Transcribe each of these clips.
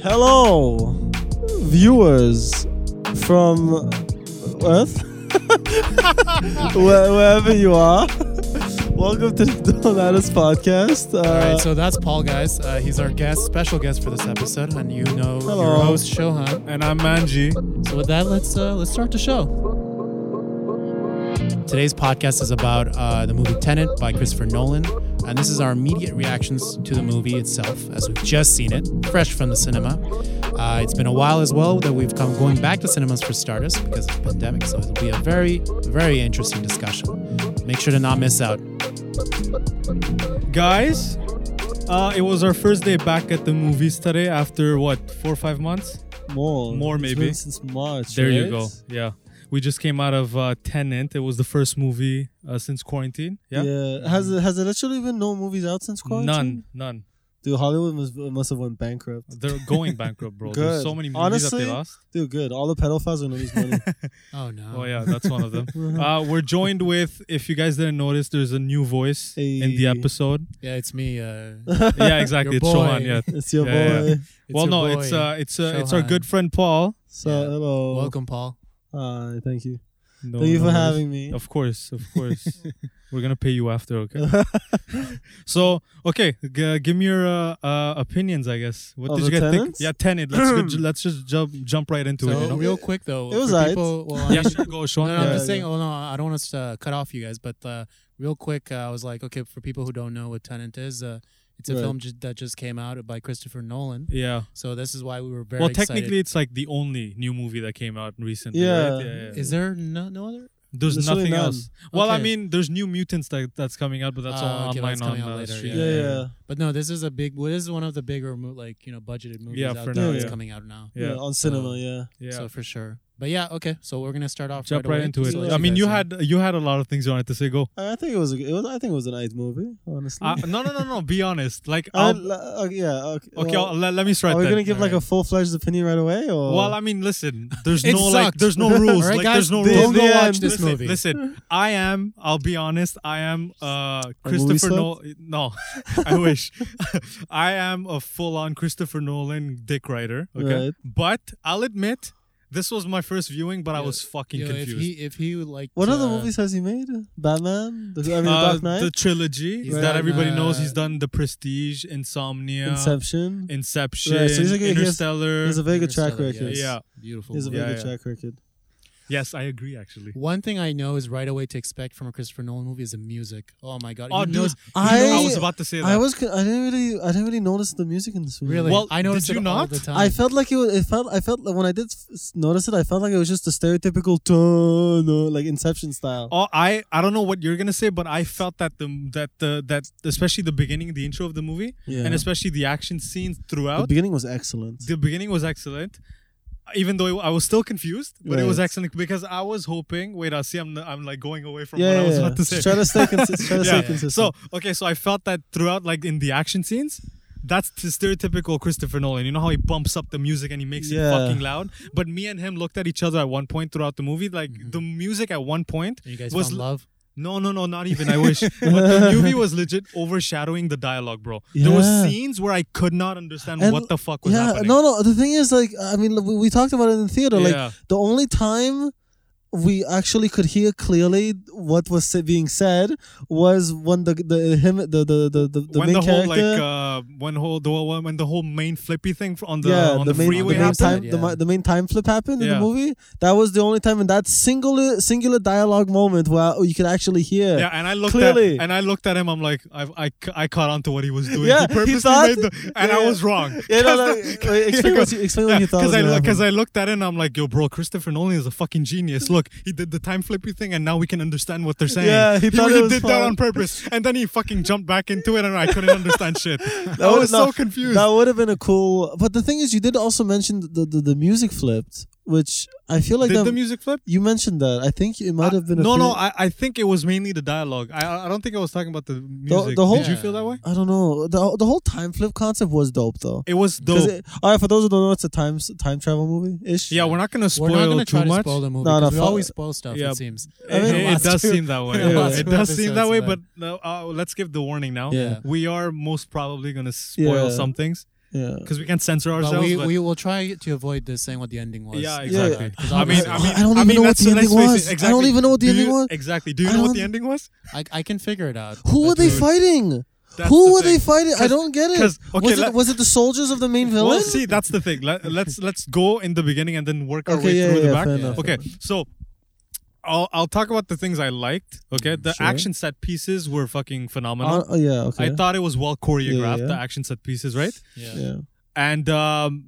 Hello, viewers from Earth, Where- wherever you are. Welcome to the Donatus podcast. All Uh, right, so that's Paul, guys. Uh, he's our guest, special guest for this episode, and you know Hello. your host Shohan. And I'm Manji. So with that, let's uh, let's start the show. Today's podcast is about uh, the movie Tenet by Christopher Nolan, and this is our immediate reactions to the movie itself, as we've just seen it, fresh from the cinema. Uh, it's been a while as well that we've come going back to cinemas for starters because of the pandemic, so it'll be a very very interesting discussion. Make sure to not miss out. Guys, uh, it was our first day back at the movies today after what, four or five months? more, More It's been maybe. since March. There you right? go. Yeah. We just came out of uh, Tenant. It was the first movie uh, since quarantine. Yeah. Has it, has it literally been no movies out since quarantine? None. None. Dude, Hollywood must, must have went bankrupt. They're going bankrupt, bro. Good. There's so many movies that Honestly- they lost. Dude, good. All the pedophiles are gonna lose money. Oh no! Oh, yeah. That's one of them. Uh-huh. uh, we're joined with, if you guys didn't notice, there's a new voice in Hey. the episode. Yeah, it's me. Uh, Yeah, exactly. it's boy. Shohan. Yeah. it's your Yeah, boy. yeah. It's well, your no, boy. it's uh, it's uh, it's our Shohan. good friend Paul. So Yeah. hello. welcome, Paul. Hi, thank you. No, thank you no for worries. having me. Of course, of course. We're gonna pay you after, okay? so, okay, g- give me your uh, uh, opinions, I guess. What Of did you the guys tenants? think? Yeah, tenant. Let's go, ju- let's just jump jump right into So it. You know? real quick though, It was for alright. people. Well, I Yeah, mean- sure, go, no, Sean. no, I'm Yeah, just saying. yeah. Oh no, I don't want to uh, cut off you guys, but uh, real quick, uh, I was like, okay, for people who don't know what Tenant is, uh, it's a Right. film ju- that just came out by Christopher Nolan. yeah. So this is why we were very well, excited. technically, it's like the only new movie that came out recently. Yeah. right? yeah, yeah. is there no, no other? There's There's really nothing none. else. Well, I Okay. mean, there's New Mutants that that's coming out, but that's Oh, all okay, that's online on coming out uh, later, stream. yeah, yeah. yeah. But no, this is a big. What is one of the bigger mo- like you know budgeted movies Yeah, out for there now, that's yeah. coming out now. yeah. on cinema, yeah. yeah. So for sure. But yeah, okay. So we're gonna start off Jump right, right, away. into it. So let as I mean, guys you know- had you had a lot of things you wanted to say. Go. I I think it was, a, it was. I think it was a nice movie, honestly. Uh, no, no, no, no. Be honest. Like, I, I'll, uh, yeah. Okay. Okay, well, I'll, let, let me start. are we then. gonna give like Alright. a full fledged opinion right away, or Well, I mean, listen. There's It no like. sucked. There's no rules. Alright, like, guys, there's no this- rules. Don't go Yeah, watch this listen, movie. listen. I am. I'll be honest. I am uh, Christopher slut? Nolan. No, I wish. I am a full-on Christopher Nolan dick writer. Okay, Right. but I'll admit this was my first viewing, but I Yo, was fucking Yo, if confused. he if he would like what other uh, movies has he made? Batman, the, I mean, Uh, Dark Knight, the trilogy He's that done, everybody knows. uh, He's done The Prestige, Insomnia, Inception. Inception, Right, so he's like a- he has- Interstellar. He has a very good track Interstellar, record. yes. Yeah. Beautiful. He has a movie. very Yeah, good yeah. track record. yes, I agree. Actually, One thing I know is right away to expect from a Christopher Nolan movie is the music. Oh my god! Oh, he dude, knows I, I- was about to say that. I was. con- I didn't really. I didn't really notice the music in this movie. really. Well, I noticed did you it all not? the time. I felt like it was. It felt. I felt like when I did s- notice it, I felt like it was just the stereotypical tone, uh, like Inception style. Oh, I I don't know what you're gonna say, but I felt that the that the that especially the beginning, the intro of the movie, yeah. and especially the action scenes the throughout. The, beginning was excellent. beginning was excellent, even though I was still confused, but it was Right. excellent because I was hoping. Wait, I see, I'm I'm like going away from what yeah, I was yeah, about to yeah. say. Try to stay, consi- try to Yeah. stay consistent. So okay, so I felt that throughout, like in the action scenes. That's the stereotypical Christopher Nolan. You know how he bumps up the music and he makes Yeah. it fucking loud. But me and him looked at each other at one point throughout the movie. Like Mm-hmm. the music at one point you guys was was love. No, no, no, not even. I wish. but the movie was legit overshadowing the dialogue, bro. There Yeah. were scenes where I could not understand And- what the fuck was yeah, happening. no, no. The thing is, like, I mean, we, we talked about it in theater. Yeah. Like, the only time we actually could hear clearly what was sa- being said was when the the him the the the the, the main when the whole character. like uh, when whole the whole- when the whole main flippy thing fr- on the yeah, on the, the, main, freeway the main time happened. the, Yeah. mi- the main time flip happened in the Yeah. movie. That was the only time in that singular singular dialogue moment where you could actually hear. Yeah, and I looked Clearly. at and I looked at him. I'm like, I've, I ca- I caught on to what he was doing. Yeah, he he purposely thought- made the, and I yeah. was wrong. Yeah, no, no, wait, explain what you, explain what you thought. because was I gonna because happen. I looked at it and I'm like, yo, bro, Christopher Nolan is a fucking genius. Look, he did the time flippy thing, and now we can understand what they're saying. Yeah, he he, thought it really was did fun. that on purpose, and then he fucking jumped back into it, and I couldn't understand shit. I would- was no, so confused. That would have been a cool. But the thing is, you did also mention the the, the music flipped, which I feel like Did that, the music flip? you mentioned that. I think it might have been a no, few- no. I, I think it was mainly the dialogue. I I don't think I was talking about the music. the whole- Did you feel that way? I don't know. The, the whole time flip concept was dope though. It was 'Cause dope. it- all right, for those who don't know, it's a time time travel movie ish. yeah, we're not gonna spoil We're not gonna try too to much. spoil the movie. No, no, 'cause we fuck- always spoil stuff. Yeah. It seems. I mean, it, the it last does two- seem that way. the last It two does seem episodes that way, of but no, uh, let's give the warning now. Yeah. We are most probably gonna spoil Yeah. some things yeah. because we can censor But ourselves. we, but- we will try to avoid this saying what the ending was. yeah, Yeah. exactly. 'Cause I mean, obviously- I mean, I don't I even mean, know what let's- the ending let's face was. it, I don't Exactly. even know what the Do ending you- was. Exactly. Do you I know what don't- the ending was? I, I can figure it out. Who but were they dude, fighting? That's Who the were they thing. fighting? I 'Cause- don't get it. 'cause, okay, was, it let- was it the soldiers of the main villain? Well, see, that's the thing. Let, let's let's go in the beginning and then work our Okay, way yeah, through yeah, the back. fair enough. Okay, so I'll I'll talk about the things I liked. Okay, the Sure. action set pieces were fucking phenomenal. Uh, oh, yeah, okay. I thought it was well choreographed. yeah. The action set pieces, right? Yeah. yeah. And um,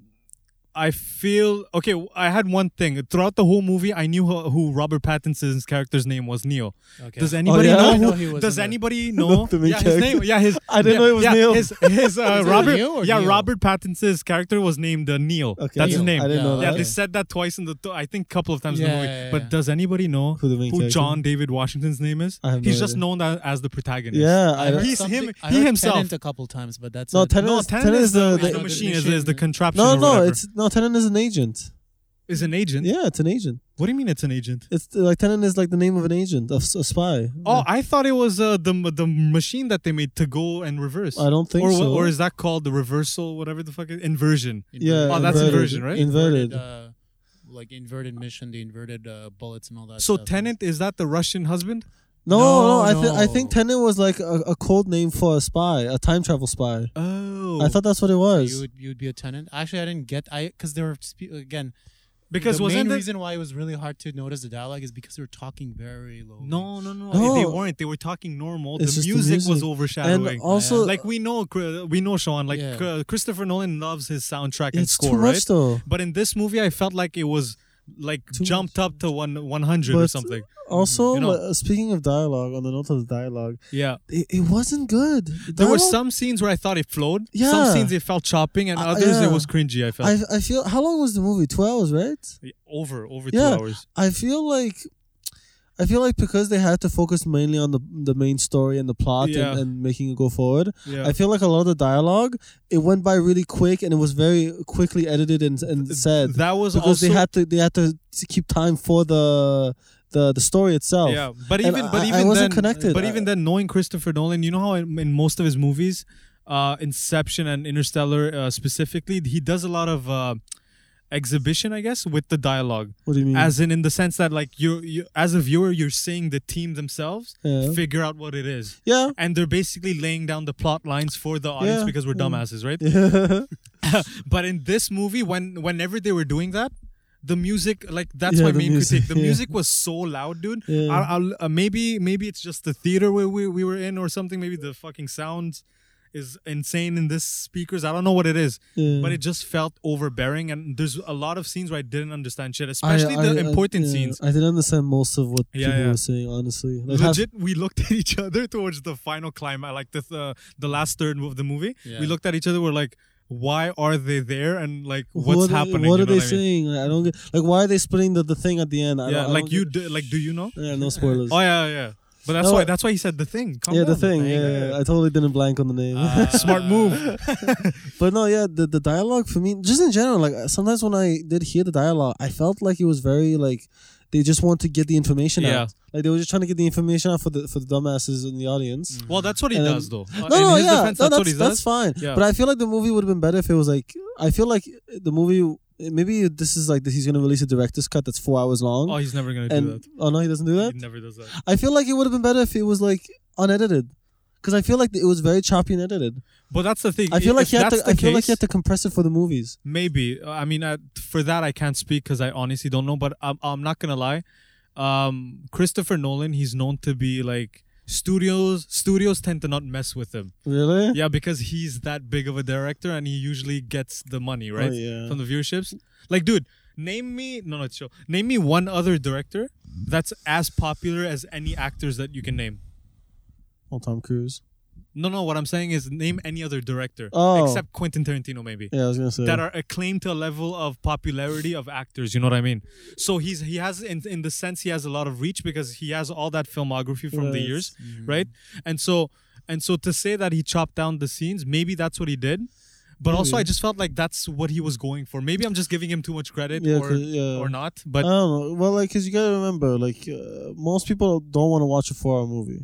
I feel okay. I had one thing throughout the whole movie. I knew who, who Robert Pattinson's character's name was Neo. Okay. Does anybody yeah? know? I Who, know he was does in the- anybody know? the main yeah, his name. character. Yeah, his. I didn't yeah, know it was yeah, Neo. His, his uh, it Robert. Neo or yeah, Neo? Robert Pattinson's character was named uh, Neo. Okay. That's his Neo. name. I didn't know Yeah, that. they said that twice in the th- I think couple of times in Yeah, the movie. yeah, yeah. But does anybody know Who the main who character? John David Washington's name is? I have no He's just idea. known a- as the protagonist. Yeah, I I heard don't- He's something- him- I he heard himself. Tenet a couple times, but that's No, it. Tenet No, is- Tenet Tenet is is the- the, the- is the machine, is, is the machine. contraption. No, or no, whatever. it's no Tenon is an agent. is an agent. Yeah, it's an agent. What do you mean it's an agent? It's like Tenon is like the name of an agent, of s- a spy. Oh, I thought it was uh, the the machine that they made to go and reverse. I don't think or, wha- so. Or is that called the reversal? Whatever the fuck, it, inversion. yeah, Oh, that's inverted, inversion, right? Inverted. uh, like inverted mission, the inverted uh, bullets and all that. So stuff. tenant is that the Russian husband? no, no, No, I think I no. think Tenon was like a, a code name for a spy, a time travel spy. Oh, I thought that's what it you was. would you would be a tenant. Actually, I didn't get I because there were spe- again because the wasn't main it? reason why it was really hard to notice the dialogue is because they were talking very low. No, no, no, No. They weren't. They were talking normal. It's the just the music, was music. overshadowing. And also, like we know, Cr- we know, Sean. Like Yeah. Cr- Christopher Nolan loves his soundtrack and it's score, too much right? Mm, though. But in this movie, I felt like it was like Too jumped up to one one hundred or But- something. Also, You know- like, speaking of dialogue, on the note of the dialogue, Yeah, it, it wasn't good. there were Dialogue- some scenes where I thought it flowed. Some Yeah. scenes it felt chopping, and Uh, others yeah. it was cringy. I felt I I feel how long was the movie? Two hours, right? over over Yeah. two hours. I feel like I feel like because they had to focus mainly on the the main story and the plot Yeah. and, and making it go forward, Yeah. I feel like a lot of the dialogue it went by really quick and it was very quickly edited and and said that was because also they had to they had to s- keep time for the the the story itself. yeah, but And even but I- I even wasn't then, connected. But I- even then, knowing Christopher Nolan, you know how in, in most of his movies, uh, Inception and Interstellar uh, specifically, he does a lot of uh, exhibition, I guess, with the dialogue, What do you mean? as in in the sense that like you, you as a viewer, you're seeing the team themselves yeah. figure out what it is, yeah. and they're basically laying down the plot lines for the audience Yeah, Mm. because we're dumbasses, right? but in this movie when whenever they were doing that the music like that's Yeah, my the main music, critique the yeah. music was so loud dude Yeah. I'll, I'll, uh, maybe maybe it's just the theater where we, we were in or something maybe the fucking sound is insane in this speakers i don't know what it is Yeah. but it just felt overbearing and there's a lot of scenes where i didn't understand shit especially I- the I- I- important yeah, scenes I didn't understand most of what Yeah, people yeah. were saying, honestly. Like half- Legit, we looked at each other towards the final climax, like the th- uh, the last third of the movie. Yeah. We looked at each other. We're like, "Why are they there?" And like, What "What's are they- happening?" What you are know they I mean? saying? Like, I don't get. Like, why are they splitting the, the thing at the end? I yeah, don't, I like don't you Get, do, like do you know? yeah, no spoilers. Oh yeah, yeah. But that's No, why uh, that's why he said the thing. Calm yeah, the down, thing. Yeah, yeah, I totally didn't blank on the name. Ah. Uh, Smart move. but no, yeah, the, the dialogue for me, just in general, like uh, sometimes when I did hear the dialogue, I felt like it was very like they just want to get the information Yeah. out. Like they were just trying to get the information out for the for the dumbasses in the audience. Well, that's what he And then- does, though. Uh, No, Mm. in no, his yeah, defense, no, that's, what that's he that's does. fine. Yeah. But I feel like the movie would have been better if it was like I feel like the movie maybe this is like he's gonna release a director's cut that's four hours long. Oh, he's never gonna do and that. oh no, he doesn't do that. He never does that. I feel like it would have been better if it was like unedited, because I feel like it was very choppy and edited. But that's the thing. I feel If like he had that's to. the I feel like case- he had to compress it for the movies. Maybe. Uh, I mean, I, for that I can't speak because I honestly don't know. But I'm, I'm not gonna lie. Um, Christopher Nolan, he's known to be like studios. Studios tend to not mess with him. Really? Yeah, because he's that big of a director, and he usually gets the money right Oh, yeah. from the viewerships. Like, dude, name me no, no, it's show. Name me one other director that's as popular as any actors that you can name. Well, Tom Cruise. No, no. What I'm saying is, name any other director Oh. except Quentin Tarantino, maybe Yeah, I was gonna say. that are acclaimed to a level of popularity of actors. You know what I mean? So he's he has in in the sense he has a lot of reach because he has all that filmography from the Yes. Mm-hmm. years, right? And so and so to say that he chopped down the scenes, maybe that's what he did. But also, I Maybe. just felt like that's what he was going for. Maybe I'm just giving him too much credit, Yeah, or 'cause- yeah. Uh, or not. But I don't know. Well, like, cause you gotta remember, like, uh, most people don't want to watch a four-hour movie.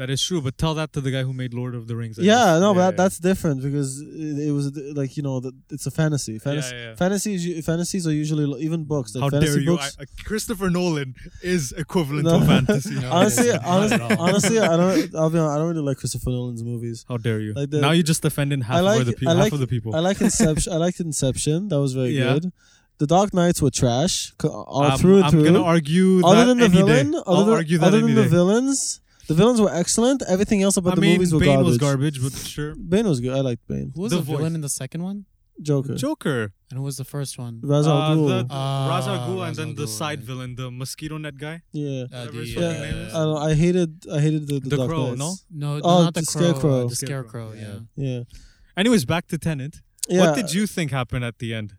that is true. But tell that to the guy who made Lord of the Rings. I yeah, guess. no, but that, yeah. that's different because it, it was like you know, the, it's a fantasy. Fantasy, yeah. fantasies, u- fantasies are usually li- even books. Like How fantasy dare you? I, books. uh, Christopher Nolan is equivalent No. to fantasy. No, honestly, it's not honestly, at all. honestly, I don't. I'll be honest. I don't really like Christopher Nolan's movies. How dare you? Like the- now you're just offending half, I like. of, the pe- I half like. of the people. I like Inception. I liked Inception. That was very Yeah. good. The Dark Knights were trash c- all Um, through and I'm through. gonna argue other that than the any villain, day. other I'll than, argue that other any than the day. villains, the villains were excellent. Everything else about I the mean, movies were Bane garbage. was garbage, but sure. Bane was good. I liked Bane. Who was The the, villain voice. in the second one? Joker. Joker, And who was the first one? Ra's al Uh, the, Ghul. Ah, Ra's al Ghul, Ra's and then al the Ghul, side right. villain, the mosquito net guy. yeah. Uh, Whatever his the, fucking name Yeah, is. I, don't, I hated. I hated the, the, The Dark Crow, Knights. no? no, Oh, not the, the crow, uh, Scarecrow. The scarecrow, yeah. Yeah. Anyways, back to Tenet. Yeah. What did you think happened at the end?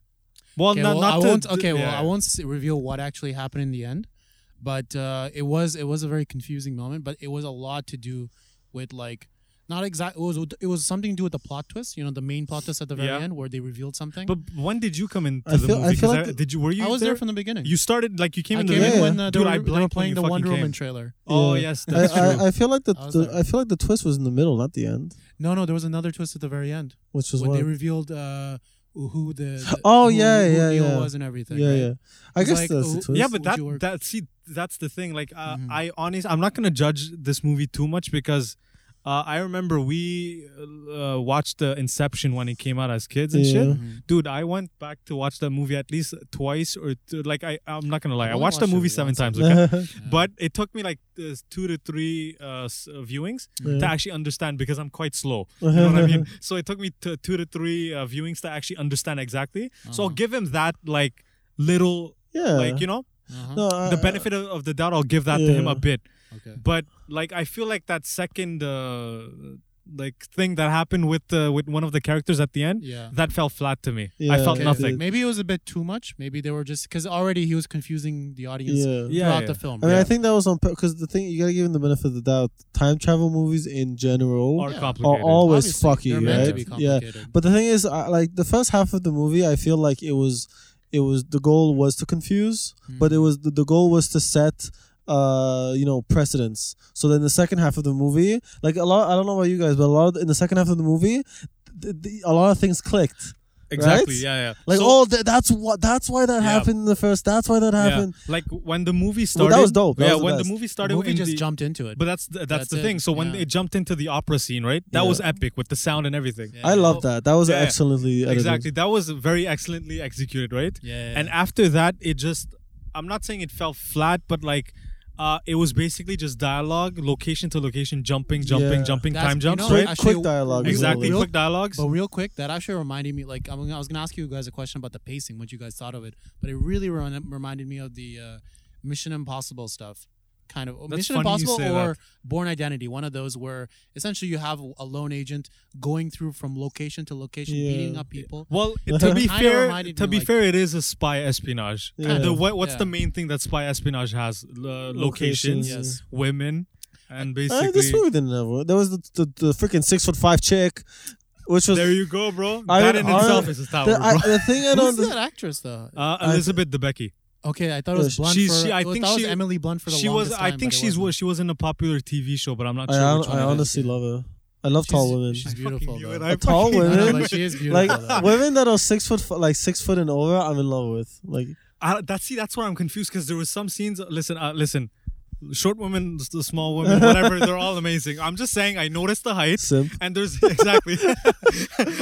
Well, Okay, not, well, not I to- won't. Okay, well, yeah. I won't s- reveal what actually happened in the end, but uh, it was it was a very confusing moment. But it was a lot to do with like not exact. It was it was something to do with the plot twist. You know, the main plot twist at the very Yeah. end where they revealed something. But when did you come into I the feel- I movie? feel 'Cause like I- the- did you? Were you I was there? there from the beginning. You started like you came I in the came beginning. in middle. when uh, they, Dude, were, I they were blanked when playing you the fucking Wonder Woman came. trailer. Oh Yeah. yes, I, that's true. I, I feel like the, I was the there. I feel like the twist was in the middle, not the end, No, no, there was another twist at the very end which was when what. they revealed uh, who the, the Oh, who- yeah, who yeah, Neo yeah. was and everything. yeah, right? yeah. I It's guess like, that's oh, the twist. yeah Would but that you work- that see that's the thing like uh, Mhm. i honestly i'm not gonna judge this movie too much because uh, i remember we uh, watched the inception when it came out as kids and Yeah. shit Mhm. dude i went back to watch that movie at least twice or th- like i i'm not gonna lie I i, only watched the watched it movie seven once, I times think. okay Yeah. but it took me like uh, two to three uh, s- uh, viewings Yeah. to actually understand because i'm quite slow you know what i mean so it took me t- two to three uh, viewings to actually understand exactly so i'll Uh-huh. give him that like little yeah. like you know Uh-huh. No, I- the benefit of, of the doubt i'll give that to him Yeah. a bit Okay. but like i feel like that second uh like thing that happened with uh, with one of the characters at the end Yeah. that fell flat to me i Yeah, felt Okay. nothing Maybe it was a bit too much. Maybe they were just because already he was confusing the audience Yeah. Yeah, throughout yeah. the film. I mean, right? I think that was on because the thing you gotta give him the benefit of the doubt. Time travel movies in general or Yeah. are complicated always Obviously, they're fucky, meant to right? be yeah. complicated. But the thing is, I, like the first half of the movie, I feel like it was, it was the goal was to confuse, but Mm. it was the, the goal was to set, uh, you know, precedents. So then the second half of the movie, like a lot, I don't know about you guys, but a lot of, in the second half of the movie, th the, a lot of things clicked. exactly right? yeah yeah Like So- oh, th- that's what that's why that Yeah. happened in the first. That's why that yeah. happened. like when the movie Well, started that was dope. That yeah was the when best. the movie started the movie in just the- jumped into it. but that's the, that's, That's the it, thing so when yeah. it jumped into the opera scene right that Yeah. was epic with the sound and everything Yeah. I love that. That was Yeah, yeah. excellently edited. exactly that was very excellently executed right yeah. And after that, it just, I'm not saying it fell flat, but like, uh, it was basically just dialogue, location to location, jumping, jumping, Yeah. jumping, That's- time you jumps, know, Quick, right? actually, quick dialogue. is what Exactly, Real- it quick dialogues. but real quick, that actually reminded me. Like I, mean, I was gonna ask you guys a question about the pacing, what you guys thought of it, but it really re- reminded me of the uh, Mission Impossible stuff. Kind of That's Mission funny you Impossible say or Born Identity, one of those where essentially you have a lone agent going through from location to location, Yeah. beating up people. Well, to be Kinda fair, reminded to me, be like- fair, it is a spy espionage. Yeah. And the, what, what's Yeah. the main thing that spy espionage has? L- uh, Locations, locations, Yes. women, and Uh, basically. this movie didn't have. There was the the, the freaking six foot five chick, which was there you go, bro. I that mean, in itself I- is a tower, the, I, bro. the thing I Who's don't. that actress though? uh, Elizabeth Debicki. Okay, I thought it was Uh, Blunt. she- for, she- I I think thought it was she- Emily Blunt for the She was. longest I time, think but it she's. wasn't. She was in a popular TV show, but I'm not I, sure hon- which one I it is. honestly love her. I love tall women. She's I fucking beautiful. knew it. though. I A tall fucking knew it. I know, women. but she is beautiful. Like though. women that are six foot, f- like six foot and over, I'm in love with. Like I, that see, that's where I'm confused because there was some scenes. Listen, uh, listen, short women, s- the small women, whatever, they're all amazing. I'm just saying, I noticed the height, simp. and there's exactly.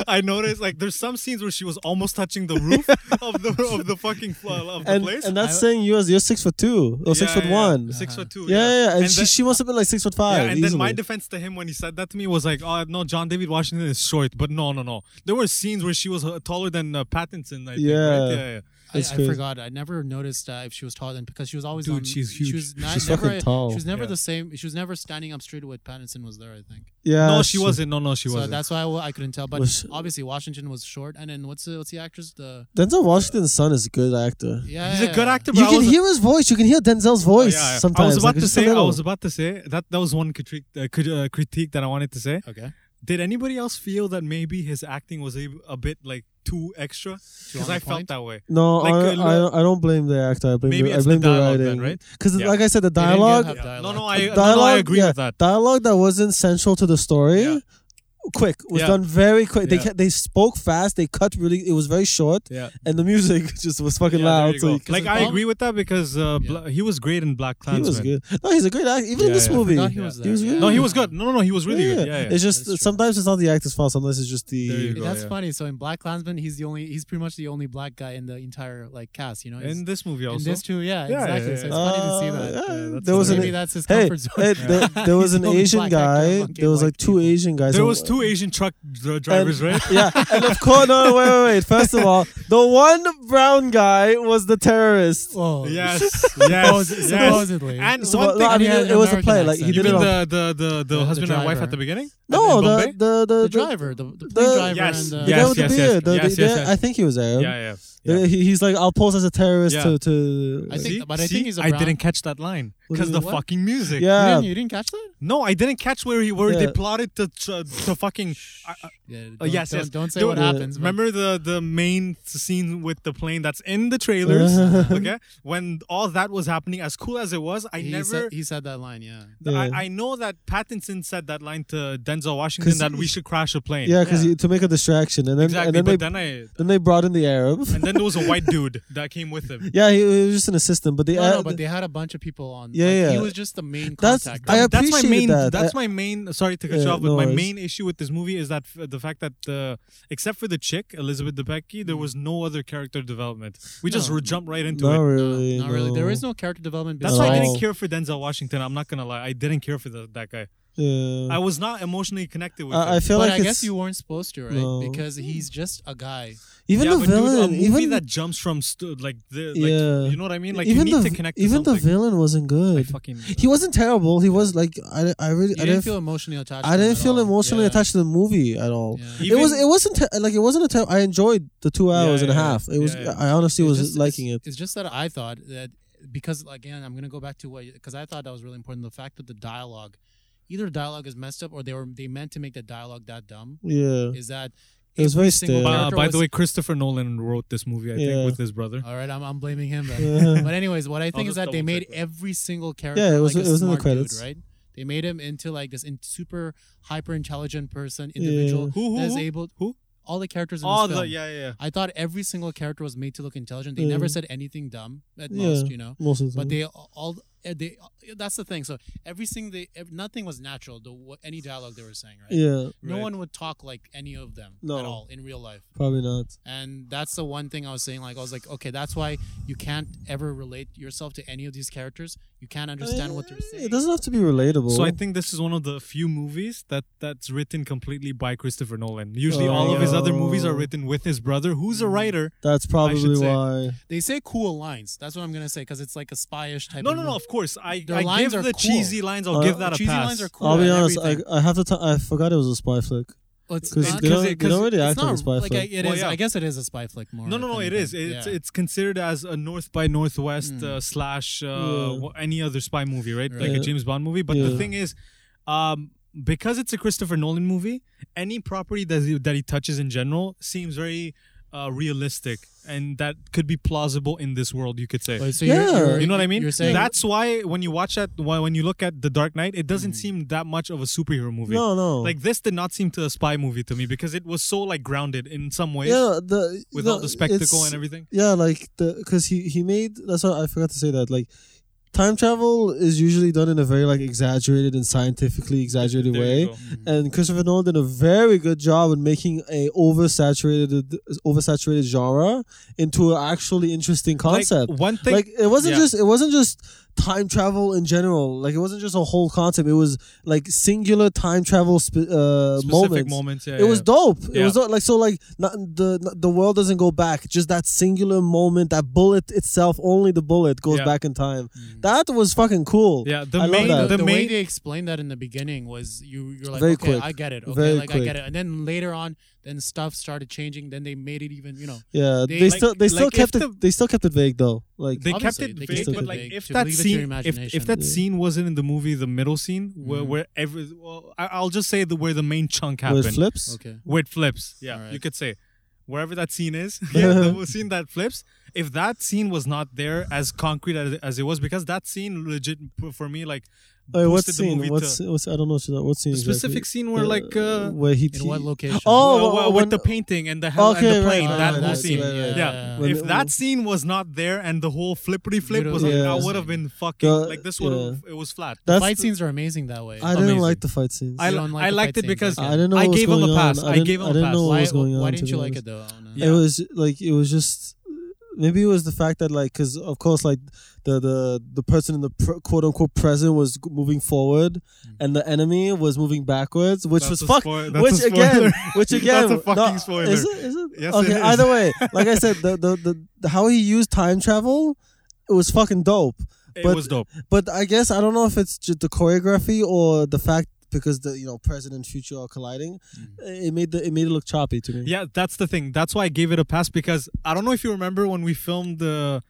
I noticed like there's some scenes where she was almost touching the roof of the of the fucking fl- of the And place. and that's I- saying you as you're six foot two or six Yeah, foot yeah, one. six foot two. Yeah, yeah, yeah. And, she then- she must have been like six foot yeah, five. and then my easily. defense to him when he said that to me was like, "Oh no, John David Washington is short," but no, no, no. There were scenes where she was uh, taller than uh, Pattinson. I think, right? Yeah. yeah, yeah. It's I, I crazy. forgot. I never noticed uh, if she was taller than because she was always Dude, on- she's She huge. was not, She's never, fucking tall. She was never Yeah. the same. She was never standing up straight when Pattinson was there. I think. Yeah. no, she she- wasn't. No, no, she so wasn't. that's why I, wa- I couldn't tell. But Was- obviously Washington was short. And then what's the, what's the actress? The Denzel Washington's son is a good actor. yeah, He's a good actor, but You I can was, hear his voice. You can hear Denzel's Oh, voice yeah, yeah. sometimes. I was about like, to just a say. I little. was about to say that that was one critique, uh, crit- uh, critique that I wanted to say. Okay. Did anybody else feel that maybe his acting was a, a bit like too extra? Because on I the felt point? that way. No, Like, I, uh, lo- I, I don't blame the actor. I blame Maybe the, I it's blame the the, dialogue writing, then, right? Because Yeah. like I said, the didn't dialogue, have Yeah. No, dialogue. no, I, no, no, I Dialogue, agree yeah. with that. dialogue that wasn't central to the story. Yeah. Quick was Yeah. done very quick. They Yeah. ca- they spoke fast. They cut really. It was very short, Yeah, and the music just was fucking Yeah, there loud. you So go. you could- like it's I all- agree with that because uh, Yeah. Bla- he was great in Black he Klansman. was good. No, he's a great actor. Even in Yeah, this yeah. movie, I thought he was He there, was yeah. good. No, he was good. No, no, no, he was really good. Yeah, yeah. It's just That is true. sometimes it's not the actor's fault. Sometimes it's just There you the. go. That's yeah. funny. So in Black Klansman, he's the only. He's pretty much the only black guy in the entire like cast. You know, It's- in this movie in also. this too. Yeah, Yeah, exactly. yeah, So it's yeah. funny to see Uh, that. yeah, Yeah, that's there was So an maybe that's his hey, comfort zone. hey, there, there was He's an the only Asian black actor guy. among There was white like two people. Asian guys. there and- was two Asian truck dr- drivers, And- right? yeah, and of course, no, wait, wait, wait. First of all, the one brown guy was the terrorist. Whoa. Yes, yes, Suppos- yes. Supposedly. And So, one well, thing, I mean, Yeah, it, it was a American play. Like he accent. you did it mean on. the the the, the the husband and wife driver. at the beginning? no, And then the Bombay? the, the the driver, the, the plane the- driver, Yes, and the the, guy with the yes, yes, beard. the- yes, the- yes, yeah, yes. I think he was Arab. Yeah, yeah. Uh, yeah. he- he's like, I'll pose as a terrorist Yeah. to to. I think- See? but I See? think he's a I brown- didn't catch that line What because is the it? What? fucking music. You, yeah, didn't, you didn't catch that? No, I didn't catch where he where they Yeah. plotted to to, to fucking. I, I, Yeah, Oh, yes, don't, yes. Don't say Dude, what uh, happens. but- remember the the main scene with the plane that's in the trailers. Uh-huh. okay, when all that was happening, as cool as it was, I he never. Said, he said that line. Yeah. Yeah. I, I know that Pattinson said that line to Denzel Washington 'Cause that he- we should crash a plane. yeah, because Yeah. to make a distraction, and then exactly. and then but they then I then they brought in the Arab. and then there was a white dude that came with him. Yeah, he, he was just an assistant, but the No, Arab. no, but they had a bunch of people on. Yeah, like, He yeah. was just the main That's- contact. I right? appreciate that's my main. that. Uh, That's my main. Sorry to cut you Yeah, off, but no my worries. main issue with this movie is that f- the fact that uh, except for the chick Elizabeth Debicki, there was no other character development. We just No. re- jumped right into not it. really. no, not really. There is no character development. That's No. why I besides- didn't care for Denzel Washington. I'm not gonna lie, I didn't care for the, that guy. Yeah. Uh, I was not emotionally connected with I, I him. feel but like I it's guess you weren't supposed to, right? No. Because he's just a guy. even yeah, the but dude, villain, a movie even that jumps from stu- like the like Yeah. you know what I mean. Like even you need the to connect. To even the something. villain wasn't I good. fucking He wasn't terrible. He was like I, I really You I didn't didn't feel emotionally attached. I to him didn't at feel all. emotionally Yeah. attached to the movie at all. Yeah. Even- it was it wasn't te- like it wasn't a ter- I enjoyed the two hours Yeah, and a yeah, half. It was yeah, yeah. I honestly It's was just- liking it's- it. It's just that I thought that because again, I'm gonna go back to what because I thought that was really important. The fact that the dialogue, either dialogue is messed up or they were they meant to make the dialogue that dumb. Yeah, Is that It was every very single stale. Uh, character by was- the way, Christopher Nolan wrote this movie. I Yeah. think with his brother. All right, I'm, I'm blaming him. Yeah. Then. but anyways, what I think is just that they double made check that. every single character Yeah, it was- like a it was in the smart credits. dude, right? They made him into like this in, super hyper intelligent person individual Who- who- that is who? able Who? all the characters in Oh, this the, film. yeah, yeah, yeah. I thought every single character was made to look intelligent. They never Yeah. said anything dumb at Yeah. most, you know. most of the but time. they all all- uh, they uh, that's the thing so everything they ev- nothing was natural the wha- any dialogue they were saying right yeah, no Right. one would talk like any of them at No. all in real life probably not. and that's the one thing i was saying like i was like okay that's why you can't ever relate yourself to any of these characters you can't understand what they're Eh, saying It doesn't have to be relatable. So I think this is one of the few movies that that's written completely by Christopher Nolan. Usually, Oh, all of his yeah. other movies are written with his brother, who's Hmm. a writer. that's probably say- why. they say cool lines that's what i'm gonna say because it's like a spy-ish type No, of no, no. movie. Of course, I, Their I lines give are the cool. cheesy lines. I'll Uh, give that a cheesy pass. lines are cool I'll be and honest. I, everything. I have to. T- I forgot it was a spy flick Well, it's because not, they because don't. it- They don't because really it's act on not a spy like I, flick. it Well, is- yeah. I guess it is a spy flick more No, no, if no. It is. anything. It's Yeah. it's considered as a North by Northwest Mm. uh, slash uh, Yeah. wh- any other spy movie, right? Like Right. a James Bond movie. But the Yeah. thing is, um, because it's a Christopher Nolan movie, any property that he, that he touches in general seems very uh, realistic, and that could be plausible in this world. You could say. But so Yeah. you're, you're, You know what I mean? you're saying That's why when you watch that, why when you look at The Dark Knight, it doesn't seem that much of a superhero movie. Mm-hmm. No, no. Like this did not seem to a spy movie to me because it was so like grounded in some ways yeah, the with no, all the spectacle it's- and everything. Yeah, like the because he he made that's why I forgot to say that like time travel is usually done in a very like exaggerated and scientifically exaggerated There way. you go. And Christopher Nolan did a very good job in making a oversaturated oversaturated genre into an actually interesting concept. Like, one thing Like, it wasn't yeah. just it wasn't just time travel in general. Like it wasn't just a whole concept. It was like singular time travel spe- uh, specific moments. moments. Yeah, It was yeah. dope. It Yeah. was dope. like so like not, the not- the world doesn't go back. Just that singular moment, that bullet itself, only the bullet goes Yeah. Mm. back in time. That was fucking cool. Yeah, the I love main that. The, the, the way main they explained that in the beginning was you you're like Very okay quick. I get it okay Very like I quick. get it and then later on then stuff started changing then they made it even you know Yeah, they, They- like- still they still like, if kept it the- they still kept it vague though. Like they kept Obviously, it they vague, kept it but like vague if to that leave it to your scene, if, if imagination. that Yeah. scene wasn't in the movie, the middle scene where Mhm. where every well, I, I'll just say the where the main chunk with happened, flips. okay where it flips. Yeah, Alright. you could say wherever that scene is, yeah, the scene that flips. If that scene was not there as concrete as, as it was, because that scene legit for me like Wait, what boosted the scene? movie What to- scene- what's I don't know what scene the exactly. specific scene where Uh, like uh, where he in what he- location Oh, well, wh- well, when- with the painting and the hell Okay, and the right, plane, right, that right, whole right, scene. right, right, yeah. right. if When- that scene was not there and the whole flippery flip was, like, Beautiful that would have scene. been fucking Yeah, like this would have it was flat. that's fight the- scenes are amazing that way I didn't amazing. like the fight scenes. I, I, You don't like I the liked fight it scenes, because okay. didn't know I what was gave him going a on. pass. I didn't- gave him I a didn't pass. know what why, was going on. why to didn't be you like honest. it though No. Yeah. It was like it was just maybe it was the fact that like because of course like the the the person in the pr- quote unquote present was g- moving forward and the enemy was moving backwards, which Mm. That's was a fuck. spoil- that's a Which again, spoiler. which That's again, a fucking no, spoiler. Is it? Is it? Yes, okay. it is. Either way, like I said, the, the the the how he used time travel, it was fucking dope. it but- was dope. But I guess I don't know if it's just the choreography or the fact because the you know present and future are colliding, it made the it made it look choppy to me. Mm. Yeah, that's the thing. That's why I gave it a pass because I don't know if you remember when we filmed the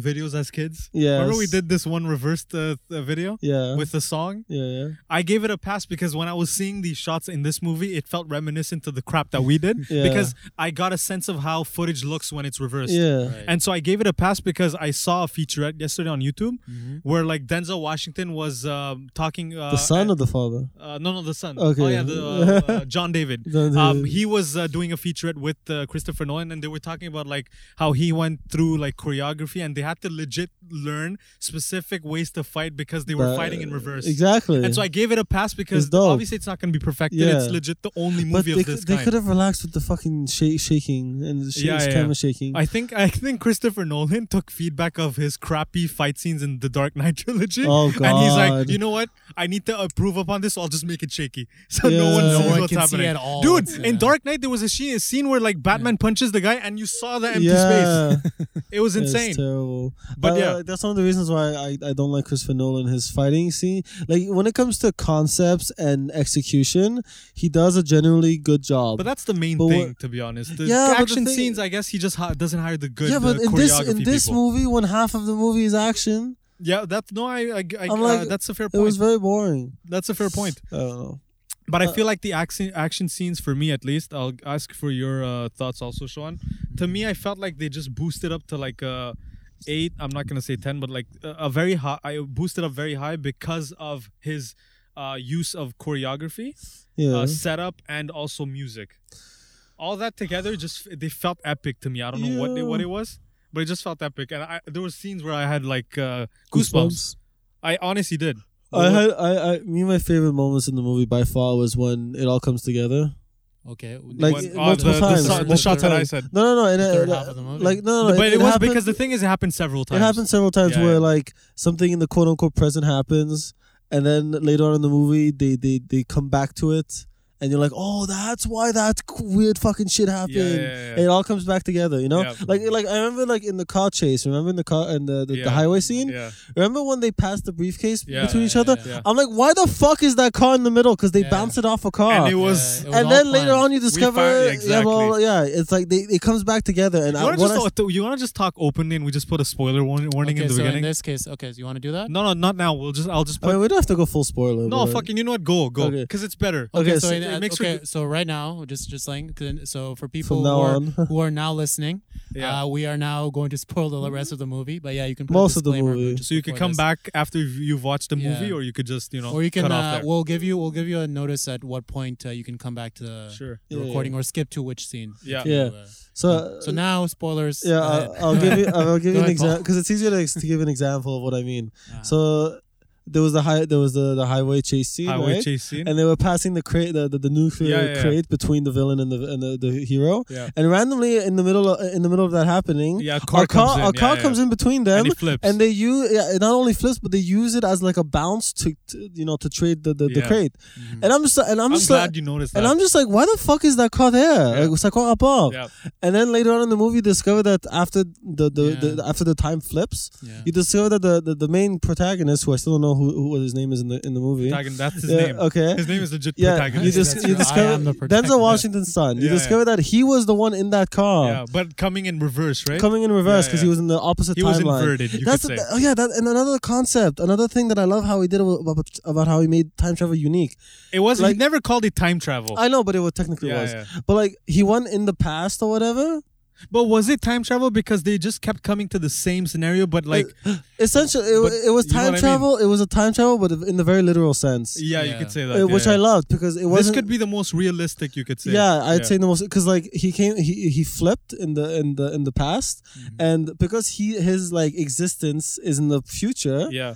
videos as kids. Yeah. Remember we did this one reversed uh, uh, video Yeah. with the song? yeah. Yeah. I gave it a pass because when I was seeing these shots in this movie, it felt reminiscent to the crap that we did Yeah. because I got a sense of how footage looks when it's reversed. Yeah. Right. And so I gave it a pass because I saw a featurette yesterday on YouTube Mhm. where like Denzel Washington was um, talking. Uh, Mm-hmm. The son of the father. uh, no, no, the son. Okay. Oh yeah, the, uh, uh, John David. John Um, David. he was uh, doing a featurette with uh, Christopher Nolan, and they were talking about like how he went through like choreography, and they had to legit learn specific ways to fight because they were That- fighting in reverse. Exactly. And so I gave it a pass because dope. obviously it's not going to be perfected. It's Yeah. legit the only but movie they, of this could- they kind. could have relaxed with the fucking shake, shaking and the sh- Yeah, yeah. camera shaking. I think I think Christopher Nolan took feedback of his crappy fight scenes in the Dark Knight trilogy, Oh, and he's God. like, you know what? I need to improve upon this, so I'll just make it shaky, so no one Yeah. knows No one what's can see happening. at all. Dude, Yeah. in Dark Knight there was a scene, a scene where like Batman punches the guy, and you saw the empty space. yeah, It was it's insane. terrible. But Uh, yeah. like, that's one of the reasons why I, I don't like Christopher Nolan his fighting scene. Like when it comes to concepts and execution, he does a generally good job. But that's the main But what- thing, to be honest. The Yeah, but the action thing- scenes, I guess he just hi- doesn't hire the good. yeah, but uh, in this in choreography this people. movie, when half of the movie is action, yeah, that's no, I, I, I I'm like, uh, that's a fair it point. was uh, very boring. that's a fair point. I don't know. But I feel like the action action scenes for me at least. I'll ask for your uh, thoughts also, Sean. To me, I felt like they just boosted up to like uh, eight. I'm not gonna say ten, but like a, a very high. I boosted up very high because of his uh, use of choreography, Yeah. uh, setup, and also music. All that together, just they felt epic to me. I don't know what it, what Yeah. it was, but it just felt epic. And I, there were scenes where I had like uh, goosebumps. I honestly did. I had I, I me and my favorite moments in the movie by far was when it all comes together. okay Like When- it- oh, multiple the- the times. so- the multiple shots that I times. said. No, no, no. It, third uh, half of the movie. Like no, no, no but it, was happened- because the thing is, it happened several times. it happened several times Yeah, where yeah. like something in the quote unquote present happens, and then later on in the movie they they they come back to it, and you're like, oh, that's why that c- weird fucking shit happened. yeah, yeah, yeah. It all comes back together, you know. Yeah. Like, like I remember, like in the car chase. Remember in the car and the, the, the Yeah. highway scene. Yeah. Remember when they passed the briefcase Yeah, between yeah, each other? yeah, yeah. I'm like, why the fuck is that car in the middle? Because they Yeah. bounced it off a car. And it was. Yeah, and all then later planned. on you discover found- yeah, yeah, well, exactly. yeah it's like they, it comes back together and You I, want what to just I, talk, you want to just talk openly, and we just put a spoiler warning, warning okay, in the so in beginning. this case okay so you want to do that no, no, not now. We'll just. I'll just I put. mean we don't have to go full spoiler no, but- fucking. You know what? Go, go, Okay. because it's better. Okay, Okay, so- so in, uh, it makes okay, you. so right now, just just saying. 'cause- So for people now who, on. are, who are now listening, Yeah. uh, we are now going to spoil the rest of the movie. But yeah, you can put a Mm-hmm. Most of the disclaimer movie. just So you could before come this. back after you've watched the movie, Yeah. or you could just you know or you can. cut uh, off there. We'll give you. We'll give you a notice at what point uh, you can come back to the, sure. the Yeah, recording or skip to which scene. if Yeah. you, Yeah. uh, So, uh, so now spoilers. yeah, Go ahead. I'll, I'll give you. I'll give Go you an ahead, Paul. example because it's easier to, ex- to give an example of what I mean. Uh, So there was the high, there was the, the highway chase scene, Highway right? chase scene. and they were passing the crate, the, the, the nuclear Yeah, yeah, yeah. crate between the villain and the and the, the hero. Yeah. And randomly, in the middle, of, in the middle of that happening, Yeah, a car our car, comes in. our Yeah, car yeah. comes in between them, And he flips. and they use yeah, it not only flips, but they use it as like a bounce to, to you know to trade the, the, the Yeah. Mm-hmm. crate. mhm. And I'm just and I'm, I'm just glad like, you noticed that. and I'm just like, why the fuck is that car there? Yeah. Like, it's like what above. yeah. And then later on in the movie, you discover that after the, the, Yeah. the after the time flips, yeah. you discover that the, the, the main protagonist, who I still don't know who, who what his name is in the in the movie. Protagon- That's his Yeah, name. Okay. His name is legit Yeah, you protagonist. just That's you true. I discover am the protagonist. Denzel Washington's son. You Yeah, yeah. discover that he was the one in that car, yeah, but coming in reverse, right? coming in reverse Yeah, because he yeah. was in the opposite he was timeline. inverted. You That's could the- say. oh yeah, that and another concept, another thing that I love how he did about, about how he made time travel unique. It was. like- he never called it time travel. I know, but it was technically yeah, was, yeah. but like he won in the past or whatever. But was it time travel because they just kept coming to the same scenario? But Uh, like, Essentially, it, But it was you know time what I mean? travel. It was a time travel, but in the very literal sense, yeah, Yeah. you could say Uh, that. which yeah. I loved because it This wasn't. could be the most realistic you could say. yeah, I'd say the most because like he came, he he flipped in the in the in the past, Mm-hmm. and because he his like existence is in the future, Yeah,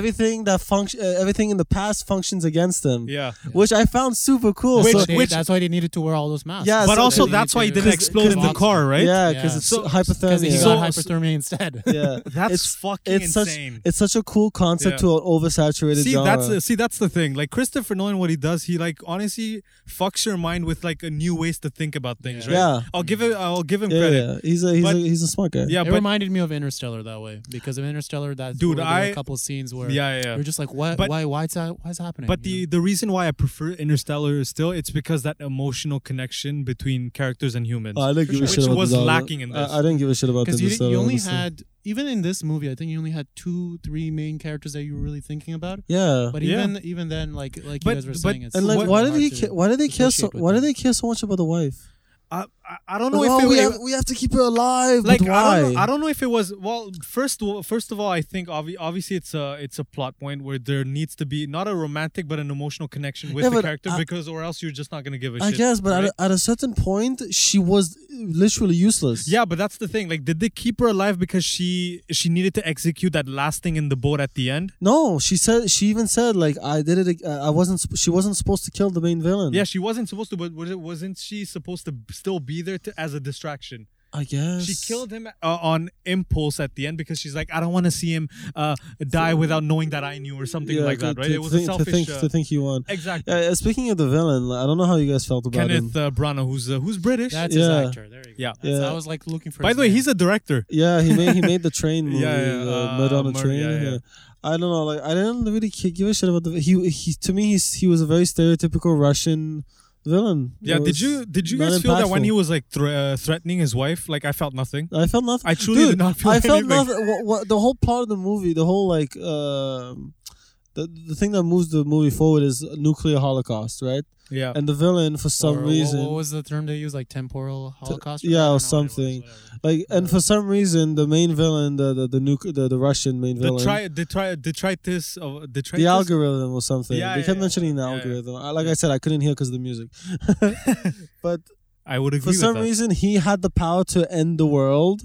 everything that function, uh, everything in the past functions against him, yeah. which I found super cool. That's Which- why so, they- which- that's why they needed to wear all those masks. Yeah, But so- also, They that's why he didn't Cause- explode in the cause- car, right? yeah, because Yeah. it's So- hypothermia. because he So- got hypothermia instead. yeah, That's It's- fucking it's such insane. it's such a cool concept Yeah. to an oversaturated see, genre. that's the, see, that's the thing. Like Christopher Nolan, what he does, he like honestly fucks your mind with like a new ways to think about things. Yeah. Right? Yeah. I'll give it. I'll give him yeah, credit. yeah, he's a he's But- a he's a smart guy. Yeah, it but reminded me of Interstellar that way because of Interstellar. That Dude, there were I- a couple scenes where yeah, yeah. you're just like, what? But- why? Why it's that? Why is happening? But the you the reason why I prefer Interstellar is still it's because that emotional connection between characters and humans. Oh, I didn't give a sure. shit Which about was this album. lacking in I, this. I didn't give a shit about because this. you, album, you only honestly. had even in this movie, I think you only had two, three main characters that you were really thinking about. yeah. But Yeah. even even then, like like you But- guys were but- saying, it's And like, What- why did hard he? to- Ca- why did they care so? associate with Why did them. they care so much about the wife? I, I, I don't know Well, if it we, was have, we have to keep her alive. like but I don't know, why? I don't know if it was well first of all- first of all I think obvi- obviously it's a it's a plot point where there needs to be not a romantic but an emotional connection with Yeah, the but character I- because or else you're just not gonna give a I shit. guess, but right? at, a, at a certain point, she was literally useless. yeah, but that's the thing. Like, did they keep her alive because she she needed to execute that last thing in the boat at the end? No, she said. She even said like I did it. ag- I wasn't. sp- She wasn't supposed to kill the main villain. Yeah, she wasn't supposed to, but was it- wasn't she supposed to still be there to, as a distraction? I guess She killed him uh, on impulse at the end because she's like, I don't want to see him uh, die without knowing that I knew or something Yeah, like to- that, right? To, it was think, a to selfish. think, uh, to think he won. exactly. Uh, uh, speaking of the villain, like, I don't know how you guys felt about him. Kenneth uh, Branagh, who's uh, who's British. That's Yeah. his actor. There you go. Yeah. That's- Yeah. I was like looking for. By his the way, name. he's a director. Yeah, he made he made the train movie, Yeah, yeah, uh, uh, Murder on a Mur- Train. yeah, yeah. yeah. I don't know, like I didn't really ki- give a shit about the he he to me he's, he was a very stereotypical Russian villain. Yeah. It Did was you did you not guys feel that when impactful. he was like thr uh, threatening his wife? Like I felt nothing. I felt nothing. I truly Dude, did not feel I anything. felt nothing. What, what, the whole plot of the movie, the whole like um the the thing that moves the movie forward is nuclear holocaust, right? Yeah. And the villain for some Or what- reason. What, was the term they used? Like temporal holocaust. yeah, or I don't know what it was, something. whatever. Like and for some reason, the main villain, the the the, nuc- the, the Russian main The villain, try the try detritus of detritus. the algorithm or something. Yeah, they yeah, kept yeah, mentioning the yeah, yeah. algorithm. I, like I said, I couldn't hear because of the music. but I would agree for some with that. reason, he had the power to end the world,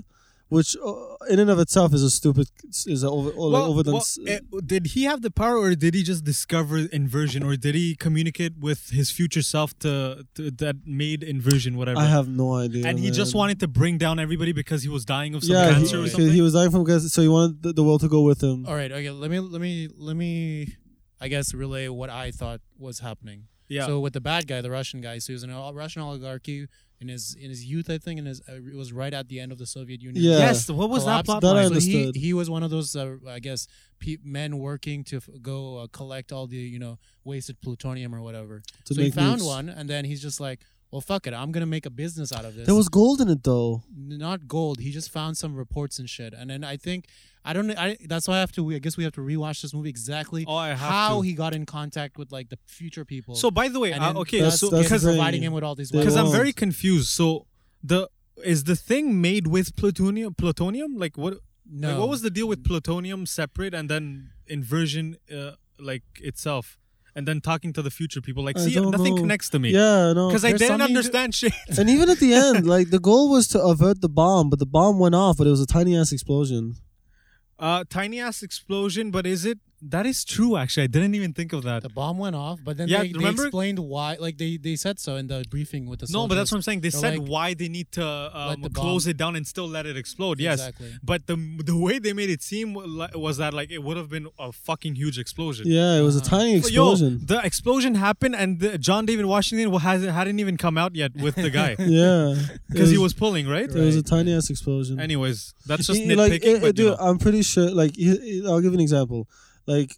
which uh, in and of itself is a stupid, is a over, all- Well, overdone. well, s- eh, did he have the power, or did he just discover inversion, or did he communicate with his future self to, to that made inversion, whatever? I have no idea. and he just man. wanted to bring down everybody because he was dying of some Yeah, cancer he, or he- something. he was dying from cancer, so he wanted the, the world to go with him. All right. Okay. Let me let me let me. I guess relay what I thought was happening. yeah, So with the bad guy, the Russian guy, so he was an o- Russian oligarchy in his in his youth, I think, and his uh, it was right at the end of the Soviet Union. Yeah. yes. What was Collapsed. that plot? That I line? So he, understood. he was one of those, uh, I guess, pe- men working to f- go uh, collect all the you know wasted plutonium or whatever. To so he make found nukes. one, and then he's just like, well, fuck it, I'm gonna make a business out of this. There was gold in it though. not gold. He just found some reports and shit. And then I think I don't. I that's why I have to. I guess we have to rewatch this movie exactly Oh, I have how to. he got in contact with like the future people. So by the way, And uh, then okay, That's- so that's because the providing thing. him with all these They because weapons. I'm won't. very confused. So the is the thing made with plutonium? Plutonium? Like what? no. Like, what was the deal with plutonium separate and then inversion uh, like itself, and then talking to the future people? Like, I see, don't nothing know. connects to me. Yeah, no. Because I There's didn't something to- understand shit. and even at the end, like the goal was to avert the bomb, but the bomb went off, but it was a tiny ass explosion. Uh, tiny ass explosion, but is it? That is true. Actually, I didn't even think of that. the bomb went off? But then Yeah, they, they remember- explained why. Like they they said so in the briefing with the No, but that's what I'm saying. They They're said like, why they need to um, the close bomb- it down and still let it explode. Yes. Exactly. But the the way they made it seem wa- li- was that like it would have been a fucking huge explosion. Yeah, it was a Uh-huh. tiny But yo, explosion. the explosion happened, and the John David Washington wa- hasn't hadn't even come out yet with the guy yeah, because It he was pulling right. It was a Right. tiny ass explosion. Anyways, that's just Y- nitpicking. like, it- but, it- you dude, know. I'm pretty sure. Like, y- y- I'll give you an example. Like,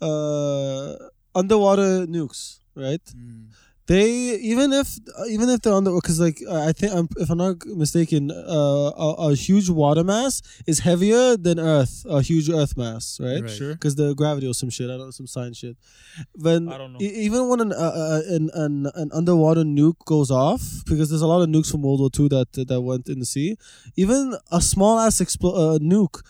uh, underwater nukes, right? Mm. They even if uh, even if they're under because like I I think I'm, if I'm not mistaken, uh, a, a huge water mass is heavier than Earth, a huge Earth mass, right? Right. Sure. Because the gravity or some shit, I don't know, some science shit. When I don't know. e- even when an, uh, uh, an an an underwater nuke goes off, because there's a lot of nukes from World War II that that went in the sea. Even a small ass expl- uh, nuke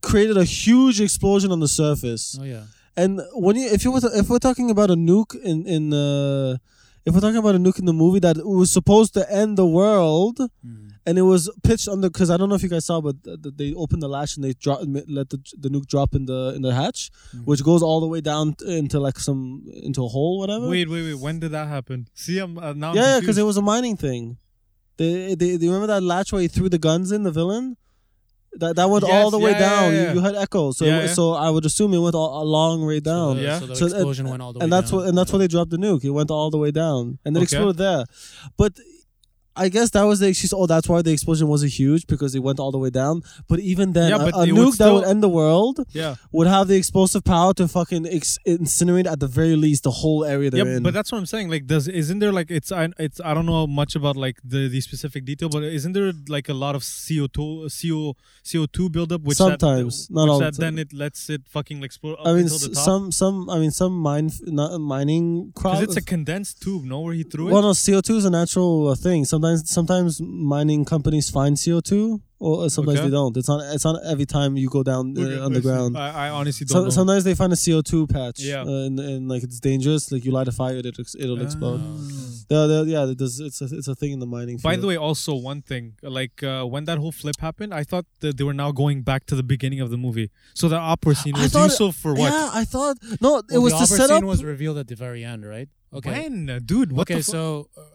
created a huge explosion on the surface. Oh yeah. And when you, if you were, to, if we're talking about a nuke in in, uh, if we're talking about a nuke in the movie that was supposed to end the world, Mm. and it was pitched under because I don't know if you guys saw, but th- th- they opened the latch and they drop let the, the nuke drop in the in the hatch, Mm-hmm. Mhm. which goes all the way down t- into like some into a hole, whatever. Wait, wait, wait. When did that happen? See, I'm uh, now. I'm yeah, because confused. it was a mining thing. They, they, they remember that latch where he threw the guns in the villain. That, that went all Yes, the way yeah, yeah, down. You- yeah. You, had echoes, so it Yeah, wa- yeah. so I would assume it went all, a long way So down. the, Yeah. uh, So the So it- explosion went all the way and that's down. what and that's why they dropped the nuke. It went all the way down, and it Okay. exploded there. But I guess that was the excuse. Oh, that's why the explosion wasn't huge because it went all the way down. But even then, Yeah, a- but a, it nuke would that would still- end the world yeah, would have the explosive power to fucking ex- incinerate at the very least the whole area they're yeah. in. But that's what I'm saying. Like, does isn't there like it's I it's I don't know much about like the the specific detail, but isn't there like a lot of CO2 CO CO2 buildup, which that- Sometimes, not which all the that time. then it lets it fucking explode up I mean, until the s- top. some some I mean some mine f- not mining crop. Because it's a condensed tube, no? Where he threw it. well, no, CO two is a natural uh, thing. Sometimes, sometimes mining companies find CO two, or uh, sometimes Okay. they don't. It's not. It's not every time you go down Okay, uh, underground. I, I honestly don't So, know. sometimes they find a CO2 patch, Yeah. Ah. uh, and, and like it's dangerous. Like you light a fire, it ex- Uh, it'll explode. Oh, The- the- yeah, it does, it's a, it's a thing in the mining. By field. the way, also one thing, like uh, when that whole flip happened, I thought that they were now going back to the beginning of the movie. So the opera scene I was thought- useful for what? yeah, I thought no, it Well, was the to opera set scene up. was revealed at the very end, right? Okay. When, dude? What okay, the fu- so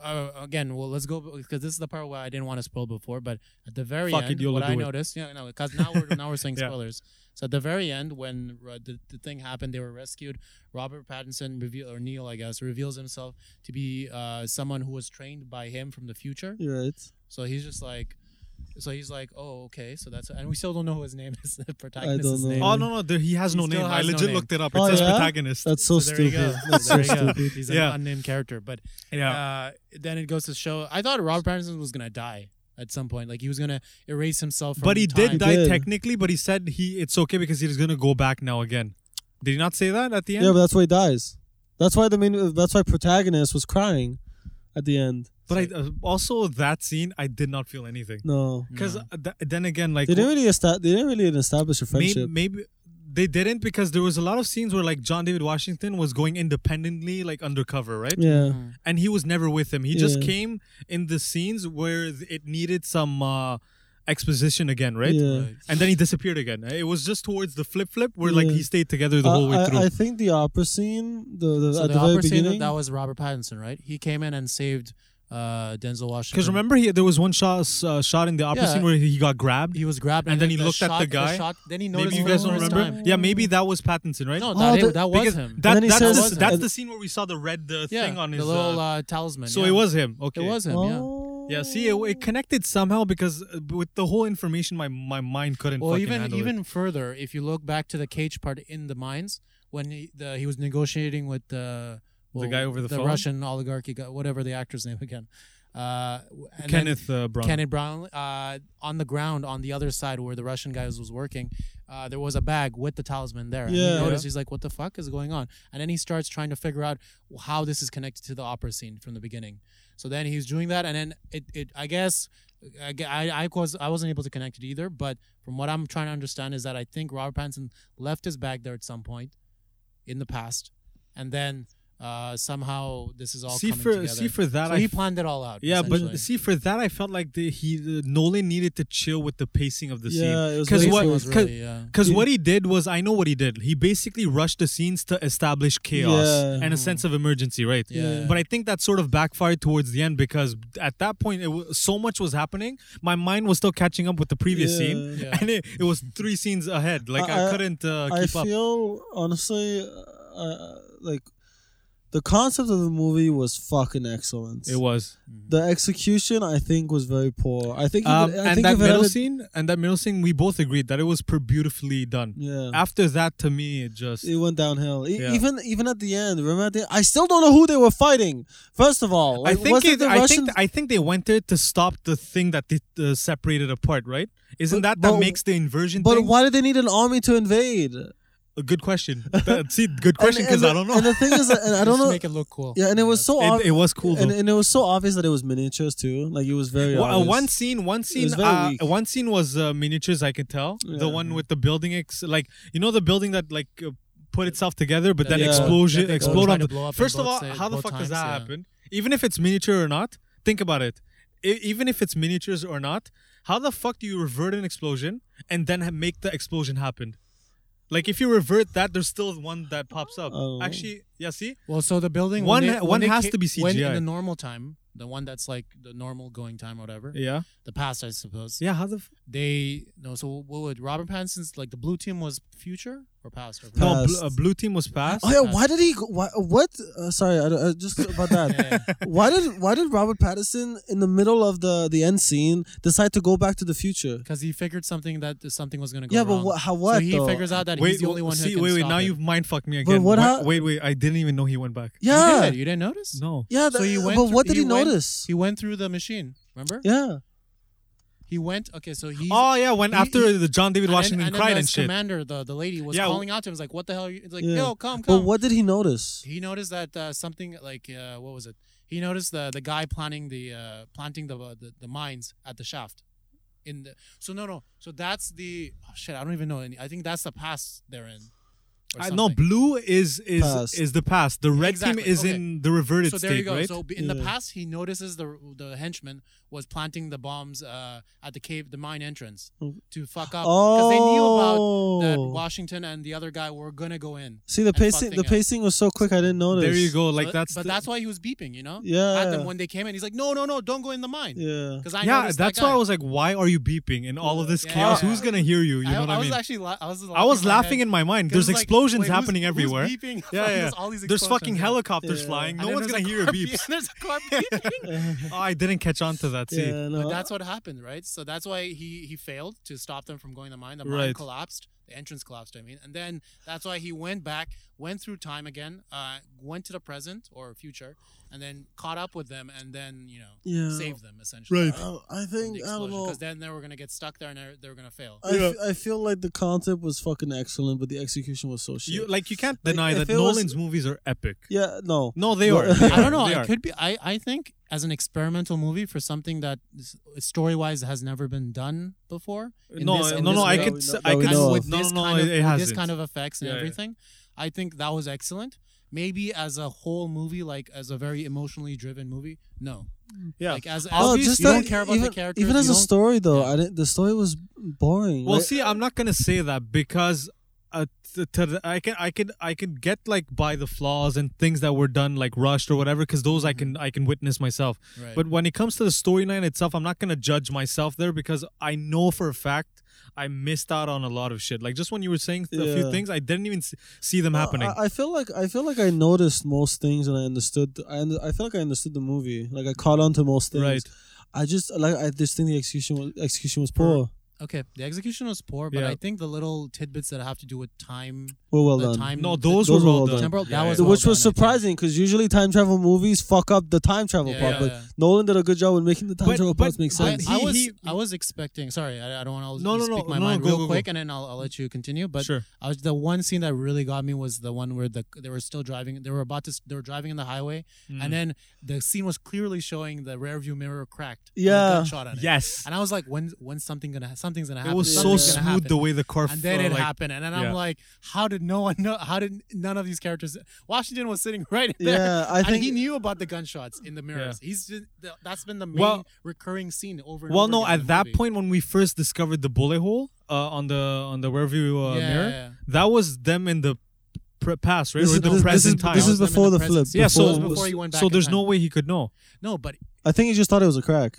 uh, again, well, let's go because this is the part where I didn't want to spoil before, but at the very Fuck it, end, you'll what do I it. noticed, yeah, no, because now we're now we're saying Yeah. spoilers. So at the very end, when uh, the, the thing happened, they were rescued. Robert Pattinson reveal or Neil, I guess, reveals himself to be uh, someone who was trained by him from the future. You're right. So he's just like, so he's like, oh, okay, so that's and we still don't know who his name is. The don't protagonist's know. name. oh no no, there, he has He no still name. I has no legit name. looked it up. It Oh, says yeah? protagonist. That's so, so there you go. stupid. That's so there you go. stupid. He's an Yeah. unnamed character, but yeah. uh, then it goes to show. I thought Robert Pattinson was gonna die at some point. Like he was gonna erase himself. From but he time. did die did. technically. But he said he it's okay because he's gonna go back now again. Did he not say that at the end? Yeah, but that's why he dies. That's why the main. That's why protagonist was crying, at the end. but I, uh, also that scene, I did not feel anything. No, Because uh, No. then again, like they didn't really esta- They didn't really establish a maybe, friendship. maybe they didn't because there was a lot of scenes where like John David Washington was going independently, like undercover, right? yeah, And he was never with him. He just Yeah. came in the scenes where th- it needed some uh, exposition again, right? yeah. Right. And then he disappeared again. Uh, It was just towards the flip flip where like Yeah. he stayed together the Uh, whole way I, through. I think the opera scene, the, the So at the, the, very opera scene, beginning, that was Robert Pattinson, right? He came in and saved uh, Denzel Washington. Because remember, he, there was one shot uh, shot in the opera Yeah. scene where he got grabbed. he was grabbed, and, And then he the looked at the shot- guy. shot- then he noticed. Maybe you for guys the don't first remember. time. Yeah, maybe that was Pattinson, right? No, Oh, that, the- that was because him. That, And then he that's, says- the, That was that's him. the scene where we saw the red uh, yeah, thing on the his. little uh, uh, talisman. so yeah. it was him. Okay. It was him. Yeah. Oh. Yeah, see, it, it connected somehow because uh, with the whole information, my my mind couldn't. Well, fucking even handle it. even further, if you look back to the cage part in the mines when he the, he was negotiating with the well, guy over the phone? Russian oligarchy guy, whatever the actor's name again. Uh, w- and then- Kenneth uh, Brown. Kenneth Brown uh, on the ground on the other side where the Russian guy was, was working. Uh, there was a bag with the talisman there. And he Yeah. noticed he's like, "What the fuck is going on?" And then he starts trying to figure out how this is connected to the opera scene from the beginning. So then he's doing that, and then it, it I guess, I, gue- I, I was I wasn't able to connect it either. But from what I'm trying to understand is that I think Robert Pattinson left his bag there at some point in the past, and then. Uh, somehow this is all see coming for together. see for that. so I he planned it all out. yeah, essentially. but see for that, I felt like the, he uh, Nolan needed to chill with the pacing of the scene. yeah, it was 'Cause very what- Basically, it slow. was cause- really, yeah. Because Yeah. what he did was, I know what he did. He basically rushed the scenes to establish chaos Yeah. and a sense of emergency, right? Yeah. But I think that sort of backfired towards the end because at that point, it w- so much was happening. My mind was still catching up with the previous Yeah. scene, Yeah. and it, it was three scenes ahead. Like I, I- I- couldn't uh, I keep up. feel honestly, uh, like the concept of the movie was fucking excellent. It was, the execution, I think, was very poor. I think, if um, it- I and think that if it middle had a- scene, and that middle scene, we both agreed that it was per- beautifully done. yeah, After that, to me, it just it went downhill. E- Yeah. Even even at the end, remember? At the, I still don't know who they were fighting. First of all, I like, think wasn't it, the I Russians- think I think they went there to stop the thing that they uh, separated apart, right? Isn't But- that that but- makes the inversion but thing? why did they need an army to invade? A good question. That- See, good question And- because and I don't the- know. And the thing is, that- and I don't Just know. Make it look cool. Yeah, and it was so It, it obvious. was cool And, though. and it was so obvious that it was miniatures too. Like it was very Wa- uh, obvious. one scene, one scene, very uh, weak. one scene was uh, miniatures. I could tell the Yeah. Mm-hmm. one with the building, ex- like you know, the building that like uh, put itself together, but then Yeah. explosion, That they both explode tried on to the. blow up in First of both all, sa- how the both fuck does times, that yeah. happen? Even if it's miniature or not, think about it. I- even if it's miniatures or not, how the fuck do you revert an explosion and then ha- make the explosion happen? Like if you revert that, there's still one that pops up. Oh. Actually, yeah, see, Well, so the building One when they- ha- when one they has ca- to be When in CGI. the normal time, the one that's like the normal going time, or whatever. yeah, The past, I suppose. yeah. How the f- They no. So what would Robert Pattinson's like? The blue team was future or past? Or no, Passed. bl- uh, blue team was passed. Oh yeah, why did he? go- Why, what? Uh, sorry, I, don't- uh, just about that. Why did why did Robert Pattinson in the middle of the the end scene decide to go back to the future? Because he figured something that something was gonna go Yeah, but wrong. wha- how- what, So he though? figures out that he's the w- only one see, who can wait, wait. stop Now it. you've mind fucked me again. what Wha- hap- wait, wait. I didn't even know he went back. You Yeah, did, You didn't notice. No. yeah. So that- he went but through- what did he, went- notice? He went through the machine. Remember? yeah, He went. Okay, so he. Oh yeah, when he- after he- the John David and then- Washington and then cried the and shit. Commander, the the lady was Yeah, w- calling out to him. It's like, what the hell? Are you? It's like, Yeah. yo, come, come. but what did he notice? he noticed that uh, something like uh, what was it? He noticed the the guy planting the uh, planting the, the the mines at the shaft. In the so no no so that's the oh, shit I don't even know any. I think that's the past they're in. or I, no, something. blue is is Past. is the past. The red Exactly, team is okay. in the reverted So there you state, go. right? So b- in the Yeah. past, he notices the the henchman was planting the bombs uh, at the cave, the mine entrance, to fuck up because they knew about that Oh. Washington and the other guy were gonna go in. See the fucked pacing. The thing up. pacing was so quick. I didn't notice. there you go. So Like it- that's but the- that's why he was beeping, you know, at Yeah. them when they came in. He's like, no, no, no, don't go in the mine. Yeah. Because I yeah. noticed that That's why guy. I was like, why are you beeping in all of this Yeah. chaos? Yeah. Who's gonna hear you? You I, know what I, was mean? actually la- I was I was my laughing head. in my mind. 'Cause There's it's like, explosions wait, who's- happening who's everywhere. beeping? yeah, There's yeah. all these There's fucking explosions. helicopters Yeah. flying. And No then one's there's gonna a hear your car beeps. beeping. There's a car beeping. Oh, I didn't catch on to that. See, Yeah, no, but that's what happened, right? So that's why he he failed to stop them from going to mine. The mine Right. collapsed. The entrance collapsed. I mean, and then that's why he went back, went through time again, uh, went to the present or future, and then caught up with them, and then you know Yeah. saved them essentially. Right. I, I think I don't know. Uh, Because then they were gonna get stuck there and they they were gonna fail. I, f- I feel like the concept was fucking excellent, but the execution was so shit. you like you can't Like, deny if that it was- Nolan's movies are epic. yeah, no. No, they are. Well- They I are. don't know. They It are. could be. I, I think as an experimental movie for something that story wise has never been done before. in No, this- in no, this no. I way, could, That I we kind could. of know No, of. with no, this no. kind It, of it with this hasn't. kind of effects and Yeah, yeah. everything. I think that was excellent. Maybe as a whole movie, like as a very emotionally driven movie, no. Yeah. Like as, as No, you just don't that- care about even, the characters. Even as you a don't- story, though, yeah. I didn't, the story was boring. Well, Like, see, I'm not gonna say that because uh, t- t- I can, I can, I can get like by the flaws and things that were done like rushed or whatever, because those I can, I can witness myself. Mm-hmm. Right. But when it comes to the storyline itself, I'm not gonna judge myself there because I know for a fact I missed out on a lot of shit. Like just when you were saying a few Yeah. things, I didn't even s- see them I- happening. I, I feel like I feel like I noticed most things and I understood. I under, I feel like I understood the movie. Like I caught on to most things. Right. I just like I just think the execution was execution was poor. okay, the execution was poor, but Yeah. I think the little tidbits that have to do with time were well the done. time. No, those, Those were were well all done. done. Temporal, Yeah, that yeah. was So well Which was done, I think. surprising because usually time travel movies fuck up the time travel Yeah, part, yeah, but yeah. Nolan did a good job with making the time But- travel but parts make I- sense. I, I He- was he- I was expecting. Sorry, I, I don't want to No, no, speak no, my no, mind go, real go, go. quick, and then I'll, I'll let you continue. But sure. I was the one scene that really got me was the one where the they were still driving. They were about to. s- They were driving in the highway, Mm. and then the scene was clearly showing the rear view mirror cracked. and a Yeah. gun shot on it. yes. And I was like, when when's something gonna ha- something's gonna It happen? was so Yeah. something's smooth gonna the happen. way the car And then flew, it like, happened, and then yeah. I'm like, how did no one know? How did none of these characters? Washington was sitting right there. yeah, I and think he knew about the gunshots in the mirrors. He's been, th- that's been the main Well- recurring scene over. And Well, over no, again in at the that movie. point when we first discovered the bullet hole uh, on the on the rearview uh, Yeah, mirror, yeah, yeah. that was them in the pre- past, right? This or is- the this- this present is- time. this That is was them in before the present. flip, yeah, before- so That was before he went back so in there's time. no way he could know. No, but I think he just thought it was a crack.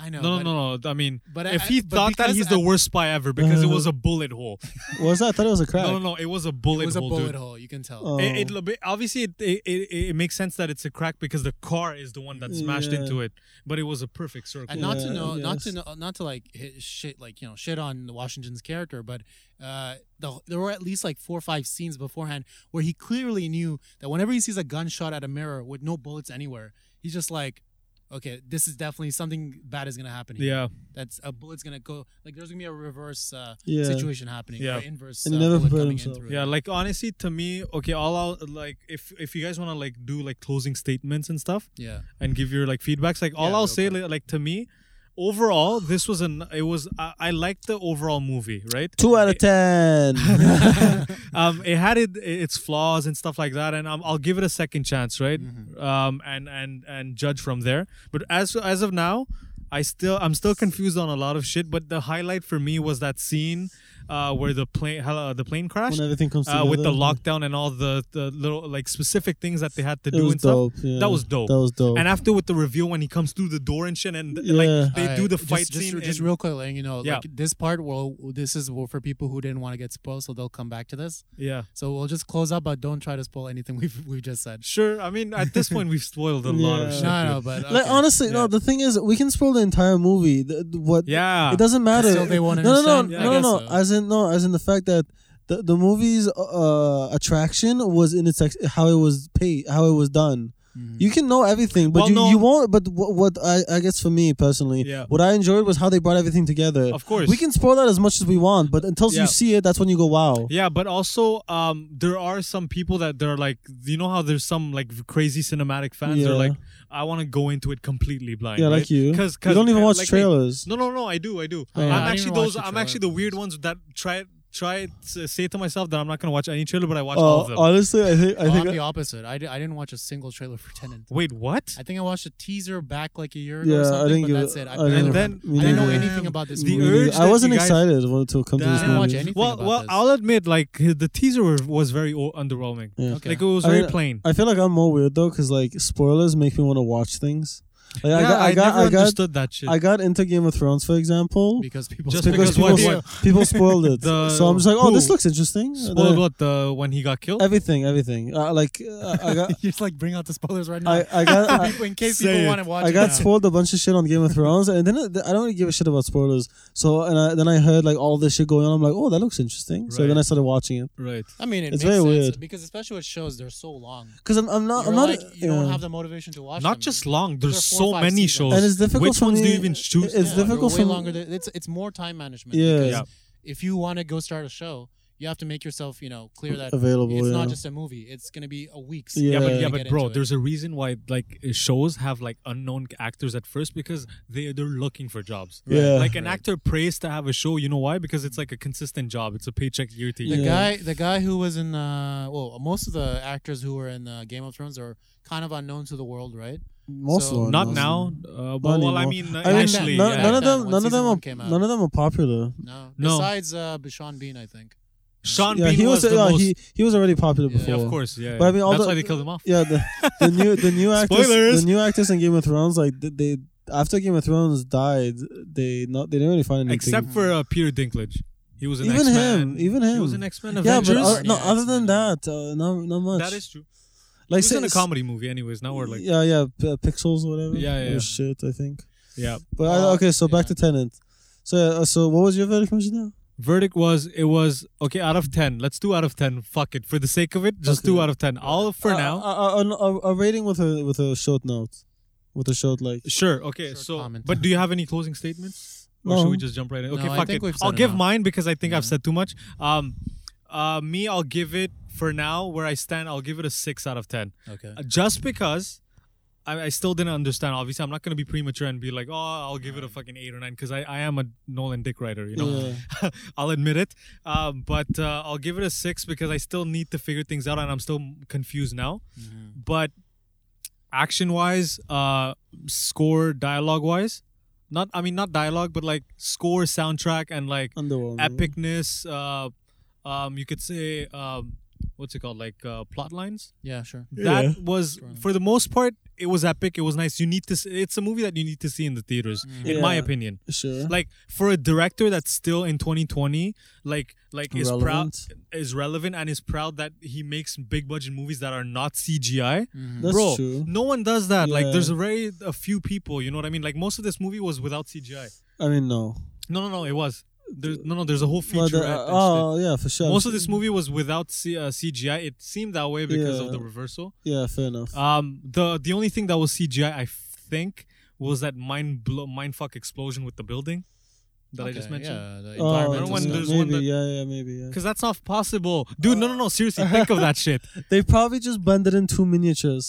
I know. No, no, but- no, no. I mean, But I- if I- he but thought that because he's the at- worst spy ever because it Uh, was a bullet hole. What was that? I thought it was a crack. No, no, no. It was a It bullet was a hole, bullet dude. hole. You can tell. Oh. It, it, lo- ba- obviously it, it, it, it makes sense that it's a crack because the car is the one that smashed Yeah. into it, but it was a perfect circle. and not Yeah, to know, I not to guess. know, not to like hit shit, like you know, shit on Washington's character, but uh, the, there were at least like four or five scenes beforehand where he clearly knew that whenever he sees a gunshot at a mirror with no bullets anywhere, he's just like, okay, this is definitely something bad is gonna happen. Here. yeah, that's a bullet's gonna go like there's gonna be a reverse uh, Yeah. situation happening. Yeah. or inverse. And he uh, never bullet prepared coming in himself. through it. yeah. Like honestly, to me, okay, all out like if if you guys want to like do like closing statements and stuff yeah. and give your like feedbacks, like all Yeah, I'll go say for like, like to me, overall this was an it was I, I liked the overall movie, right? Two out of ten. um, it had it, its flaws and stuff like that, and um, I'll give it a second chance, right? Mm-hmm. Um, and and and judge from there. But as as of now, I still I'm still confused on a lot of shit. But the highlight for me was that scene uh, where the plane uh, the plane crashed when everything comes uh, together with the lockdown and all the, the little like specific things that they had to It do was and stuff. dope. yeah. That was dope. That was dope. And after with the reveal when he comes through the door and shit, and Yeah. like they Alright, do the just- fight just, scene. Just, in- real quick, letting you know, Yeah. like this part. Well, this is for people who didn't want to get spoiled, so they'll come back to this. yeah, So we'll just close up, but don't try to spoil anything we've we just said. sure. I mean, at this point, we've spoiled a lot of Yeah. shit. No, dude. no, but Like okay. honestly, Yeah. no. The thing is, we can spoil the entire movie. The, the- what? Yeah. It doesn't matter. Still they won't no, no, no, understand? Yeah, I no, no, guess no. so. As in, no, as in the fact that the the movie's uh, attraction was in its ex- how it was paid, how it was done. Mm-hmm. You can know everything, but Well, you, no. you won't. But what, what I, I guess for me personally, Yeah. what I enjoyed was how they brought everything together. Of course. we can spoil that as much as we want, but until Yeah. you see it, that's when you go, wow. Yeah, but also um, there are some people that they're like, you know how there's some like crazy cinematic fans. They're Yeah. like, I want to go into it completely blind. Yeah, right? uh, like you. because you don't even watch trailers. No, no, no. I do, I do. Oh, I'm yeah. I didn't actually watch those. the I'm trailer. actually the weird ones that try try to say to myself that I'm not gonna watch any trailer, but I watch all of Uh, them. honestly, I think I Oh, think I'm the opposite. I, di- I didn't watch a single trailer for Tenant. Wait, what? I think I watched a teaser back like a year ago. yeah, or I something, didn't but give that's it. it. I, I barely And didn't- then- remember. I didn't know Damn. anything about this The movie. urge that I you wasn't guys- excited when- to come to Damn. this I didn't watch movie. anything Well, about well, this. I'll admit, like the teaser was- was very o- underwhelming. Yeah. Okay. Like it was I very mean, plain. I feel like I'm more weird though, cause like spoilers make me want to watch things. Like I yeah, got, I got, never I got, understood that shit. I got into Game of Thrones, for example, because people Just because, because people, what- s- people spoiled it. The- so I'm just like, oh, this who? looks interesting. And Spoiled then- what the when he got killed. Everything, everything. Uh, like uh, I got, you just like bring out the spoilers right now. I, I got, I, in case Say people it. want to watch I it got now. spoiled a bunch of shit on Game of Thrones, and then it, I don't really give a shit about spoilers. So and I, then I heard like all this shit going on. I'm like, oh, that looks interesting. So Right. then I started watching it Right. I mean, it It's makes very sense weird. because especially with shows, they're so long. because I'm, I'm not, You're I'm not. like, you don't yeah. have the motivation to watch. Not them. just long. There There's are four so or five many seasons. shows. and it's difficult. Which for ones do me- you even choose? It's Yeah, they're difficult way for me- longer. than- It's it's more time management. Yeah. because Yeah. If you want to go start a show, you have to make yourself, you know, clear that Available, It's not yeah. just a movie. It's gonna be a week's. Yeah, Yeah. but You yeah, to but get bro, into it. there's a reason why like uh, shows have like unknown actors at first because they they're looking for jobs. Yeah. Like an Right. actor prays to have a show. You know why? Because it's like a consistent job. It's a paycheck year to the year. Yeah. guy. The guy who was in. Uh, well, most of the actors who were in uh, Game of Thrones are kind of unknown to the world, right? Most So- of them, Not most of now. them. Uh, well, Not well, I anymore. mean, I mean, initially, none, yeah. none of When them, none of season them, one came are, out. none of them are popular. No. No. Besides uh, Bashan Bean, I think. Sean yeah, Bean he was, was, the yeah, most. he, he was already popular Yeah, before. yeah, of course. Yeah. But I mean, all that's the- why they killed him off. Yeah, the, the new the new actors Spoilers! the new actors in Game of Thrones like th- they after Game of Thrones died they not they didn't really find anything Except for uh, Peter Dinklage. He was an Even X-Men. him, even He was him. an X-Men yeah, Avengers. but uh, Avengers? no. Yeah, Other than X-Men. that, uh, not not much. that is true. like He was say- in a comedy movie, anyways. Now we're like, yeah, yeah, p- uh, pixels or whatever. Yeah, yeah, Or yeah. shit, I think. yeah. But I, Uh, okay, so back to yeah. Tenant. So uh, so what was your verdict, Commissioner? Verdict was it was okay out of ten. Let's do out of ten. Fuck it. For the sake of it, just Okay. do out of ten. All for Uh, now. a, a, a, a rating with a with a short note, with a short like. Sure. Okay. Short so, comment. Um, but do you have any closing statements, or should No. we just jump right in? No, Okay, I fuck think it. we've said I'll give enough. mine because I think I've Yeah. said too much. Um, uh, me, I'll give it for now where I stand. I'll give it a six out of ten, Okay. Uh, just because. I, I still didn't understand. Obviously, I'm not gonna be premature and be like, "Oh, I'll give it a fucking eight or nine because I, I am a Nolan Dick writer, you know. Yeah. I'll admit it. Uh, but uh, I'll give it a six because I still need to figure things out and I'm still confused now. Mm-hmm. But action wise, uh, score, dialogue wise, not, I mean, not dialogue, but like score, soundtrack, and like Underwhelming. epicness. Uh, um, you could say, um, what's it called? Like uh, plot lines. Yeah, sure. Yeah. That was, Strong. for the most part, it was epic. It was nice. You need to. s it's a movie that you need to see in the theaters, in my Yeah. opinion Sure. like for a director that's still in 2020 like like is proud Relevant. is relevant and is proud that he makes big budget movies that are not cgi Mm-hmm. That's bro true. no one does that like Yeah. there's a very a few people you know what i mean like most of this movie was without cgi I mean, no. no no no it was there's no no there's a whole But, feature uh, oh yeah, for sure. most of this movie was without C- uh, cgi it seemed that way because of Yeah. the reversal Yeah, fair enough. um the the only thing that was cgi i think was that mind blow mind fuck explosion with the building that i just Okay, mentioned Yeah, the oh, environmental when yeah, stuff. there's maybe, one that- yeah, yeah, maybe. Yeah. Because that's not possible. Dude, no, no, no. Seriously, think of that shit. They probably just blended in two miniatures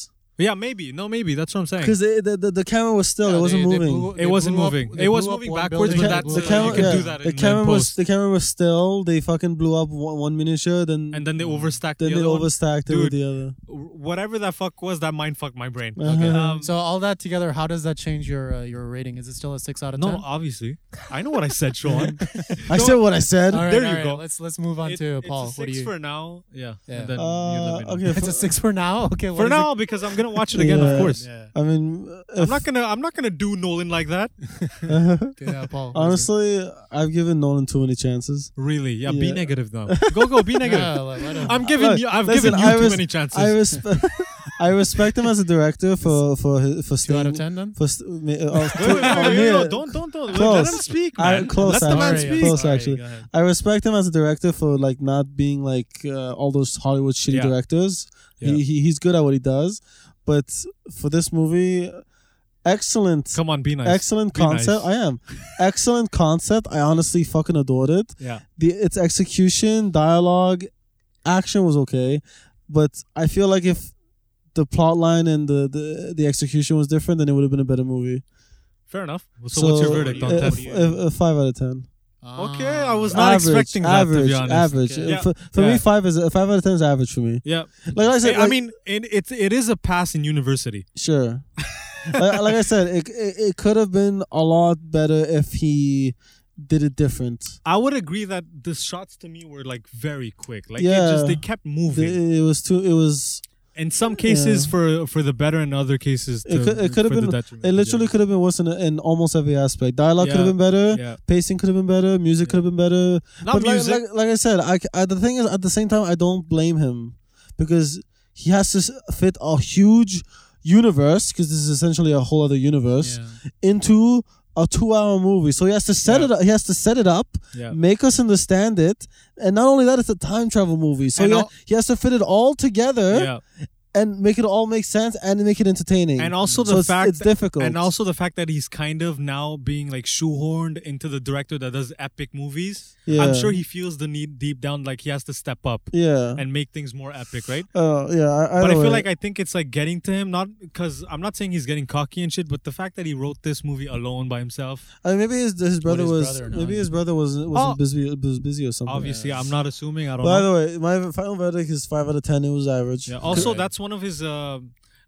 Yeah, maybe. No, maybe. That's what I'm saying. because the, the the camera was still. Yeah, it wasn't they- they moving. blew- It they wasn't blew up- moving. they It was blew up moving one backwards, building, but ca- they that's blew the it. up camera, you can yeah, do that the in camera was post. the camera was still. They fucking blew up one, one miniature, then and then they overstacked Mm, then they the other one. overstacked it with the other. Whatever that fuck was, that mind fucked my brain. Okay. Um, so all that together, how does that change your uh, your rating? Is it still a six out of ten? no, obviously. I know what I said, Sean. Uh, I said what I said. All right, there you all right, go. Let's let's move on It- to it's Paul. a what do six you? for now. Yeah. Yeah. And then you Uh, let me know. okay, it's a six for now. Okay. what For is it? now, because I'm gonna watch it again, of Yeah. course. Yeah. I mean, if, I'm not gonna. I'm not gonna do Nolan like that. Okay, yeah, Paul. what is it? honestly, I've given Nolan too many chances. Really? Yeah. Be Yeah. negative now. Go go. Be negative. Yeah, let- let him- I'm giving Look, you. I've listen, given you I too res- many chances. I respect, I respect him as a director for for his, for two staying, out of ten then. for st- ma- uh, Wait, wait, wait, oh, wait, wait, man. no, don't, don't, don't. Let Close. him speak, I- man. close, Let the man actually. speak. Close, Sorry, actually. go ahead. I respect him as a director for like not being like uh, all those Hollywood shitty Yeah. directors. Yeah. He, he he's good at what he does, but for this movie, excellent, Come on, be nice. excellent Be nice. concept. I am excellent concept. I honestly fucking adored it. Yeah. The its execution, dialogue, action was okay, but I feel like if the plot line and the, the the execution was different, then it would have been a better movie. Fair enough. So, what's your verdict on uh, that? f- uh, uh, five out of ten. Okay, I was Ah. not expecting that, to average, be honest. Average. Okay. Uh, For, for Yeah. me, five is uh, five out of ten is average for me. Yeah. Like, I said, I like- mean, it, it's it is a pass in university. Sure. like, like I said, it it, it could have been a lot better if he did it different. I would agree that the shots to me were like very quick. Like it Yeah. just they kept The- moving. it was too. It was. in some cases for for the better, in other cases to, It could, it could have for the been. detriment. It literally Yeah. could have been worse in, in almost every aspect. Dialogue could have Yeah. been better. Yeah. Pacing could have been better. Music could have been better. Not but like- music. Like, like, I said, I, c- I- the thing is, at the same time, I don't blame him because he has to s- fit a huge universe because this is essentially a whole other universe into a two-hour movie. So he has to set Yeah. it. Up, he has to set it up, Yeah. make us understand it, and not only that, it's a time travel movie. So And he, al- he has to fit it all together yeah. and make it all make sense and make it entertaining. And also so the it's, fact it's difficult. And also the fact that he's kind of now being like shoehorned into the director that does epic movies. I'm Yeah. sure he feels the need deep down like he has to step up yeah, and make things more epic, right? uh, yeah. I, But I don't feel know. like I think it's like getting to him, not because I'm not saying he's getting cocky and shit, but the fact that he wrote this movie alone by himself. I mean, maybe his his brother his was brother, no? maybe his brother was Oh. wasn't busy was busy or something. Obviously, I'm not assuming. I don't Oh, By know. the way, my final verdict is five out of ten. It was average. Yeah. Also, Correct. that's one of his uh,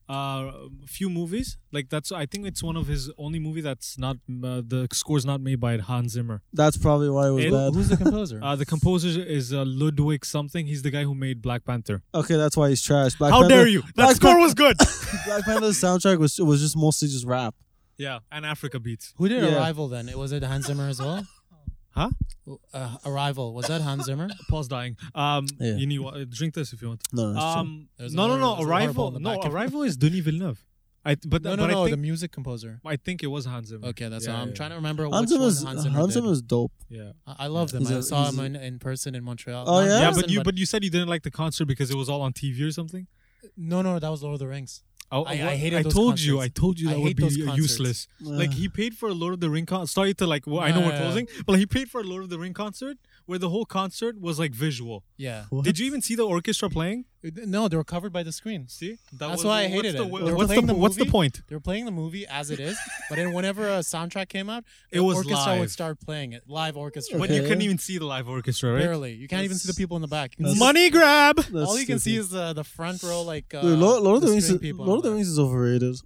uh, few movies. Like that's I think it's one of his only movie that's not uh, the score's not made by Hans Zimmer. That's probably why it was It- bad. Who's the composer? Uh, the composer is uh, Ludwig something. He's the guy who made Black Panther. Okay, that's why he's trash. Black How Panther, dare you? That Black score Pan- was good. Black Panther's soundtrack was was just mostly just rap. yeah, and Africa beats. Who did Yeah. Arrival then? It was it Hans Zimmer as well? Huh? Uh, Arrival was that Hans Zimmer? Paul's dying. Um, Yeah. you need wa- drink this if you want. No, that's true. Um, There's no, no, another- no. there's a marble Arrival. in the No, back. Arrival is Denis Villeneuve. I th- but No, no, but no. I The think music composer. I think it was Hans Zimmer. Okay, that's Yeah, all. I'm yeah. trying to remember Hans which Zimmer's, one Hans Zimmer Hans did. Zimmer's dope. Yeah. I I love them. He's I a- saw he's him a- in, in person in Montreal. Oh, Not in yeah? Yeah, person, but you but you said you didn't like the concert because it was all on TV or something. No, no, that was Lord of the Rings. Oh, I- I hated I those told you. I concerts. told you I that hate would be those uh, concerts. useless. Uh, Like he paid for a Lord of the Ring concert. Sorry to like. Well, I know we're Yeah, yeah, yeah. closing, but he paid for a Lord of the Ring concert where the whole concert was like visual. yeah. what? Did you even see the orchestra playing? Uh, No, they were covered by the screen. See, that That's why I hated the, it. wha- They were What's the, playing the what's the movie. point? They were playing the movie as it is, but then whenever a soundtrack came out, It the was orchestra live. would start playing it live orchestra. But Okay. you couldn't even see the live orchestra, right? Barely, you can't even see the people in the back. You can That's- see- Money grab. That's all you can see stupid. is the, the front row, like uh, Dude, Lord, Lord of the Rings. screen Is, people Lord of the and all Rings is overrated.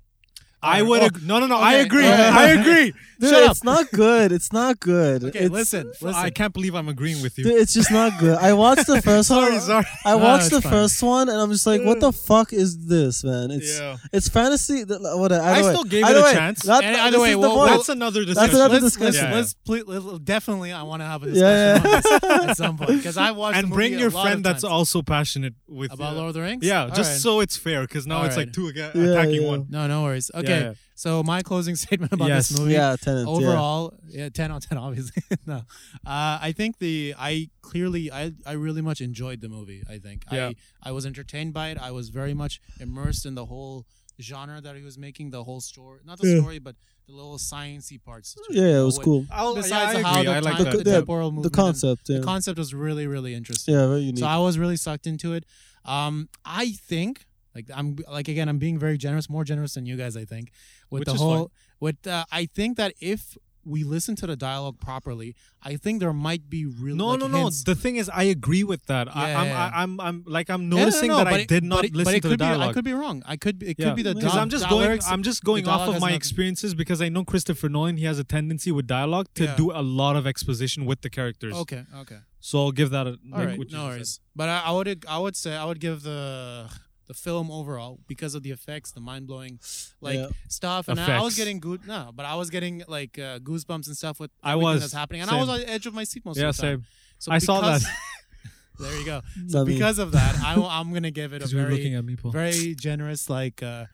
I would. Oh, ag- no, no, no. I okay, agree. okay. I agree. Dude, Shut it's not good. It's not good. that. Okay, it's, listen, listen. I can't believe I'm agreeing with you. Dude, it's just not good. I watched the first Sorry, one. sorry. I No, watched it's the fine. first one, and I'm just like, what the fuck is this, man? It's Yeah. it's fantasy. th- What? Either I way. still gave either it a way, chance. that- And either this way, is the we'll- point. we'll- That's another That's discussion. another let's, discussion. Let's, Yeah, yeah. let's ple- let's- definitely, I want to have a discussion Yeah, on this at some point because I watched and the bring movie your a lot of friend that's times. also passionate with about uh, Lord of the Rings. Yeah, All just right. so it's fair, because now All it's right. like two aga- Yeah, attacking yeah. one. no, no worries. Okay, yeah. so my closing statement about Yes. this movie. Yeah, Tenet. yeah. overall yeah. 10 out of 10 obviously no uh, i think the i clearly I, I really much enjoyed the movie i think Yeah. I, I was entertained by it i was very much immersed in the whole genre that he was making the whole story not the Yeah. story but the little sciency parts Yeah, it was cool. I'll, besides yeah, I how agree. the, I like time, that. the Yeah, temporal movement The and- concept. Yeah. the concept was really really interesting yeah, very unique. so I was really sucked into it. Um, I think like I'm like again I'm being very generous, more generous than you guys. I think with Which the is whole with uh, I think that if we listen to the dialogue properly, I think there might be real No, like, no, no. hints. The thing is, I agree with that. I, Yeah, I'm, yeah, yeah. I, I'm, I'm, like, I'm Yeah, no, no, noticing no, that but I it- did but not it- but listen it to the could be- dialogue. I could be wrong. I could be. It Yeah. could be the Because dial- I'm just going. dialects. I'm just going the off dialogue of has my nothing- experiences because I know Christopher Nolan. He has a tendency with dialogue to Yeah. do a lot of exposition with the characters. okay. Okay. So I'll give that a. All like right. what you No said. worries. But I, I would. I would say I would give the the film overall because of the effects, the mind blowing, like Yeah. stuff, and I, I was Effects. getting good. No, but I was getting like uh, goosebumps and stuff with I everything was. that's happening, and I was on the edge of my seat most Yeah, of the time. same. So I saw because- that. there you go. So I mean- Because of that, I, am gonna give it a Because you're looking very, at me, Paul. very generous like. Uh,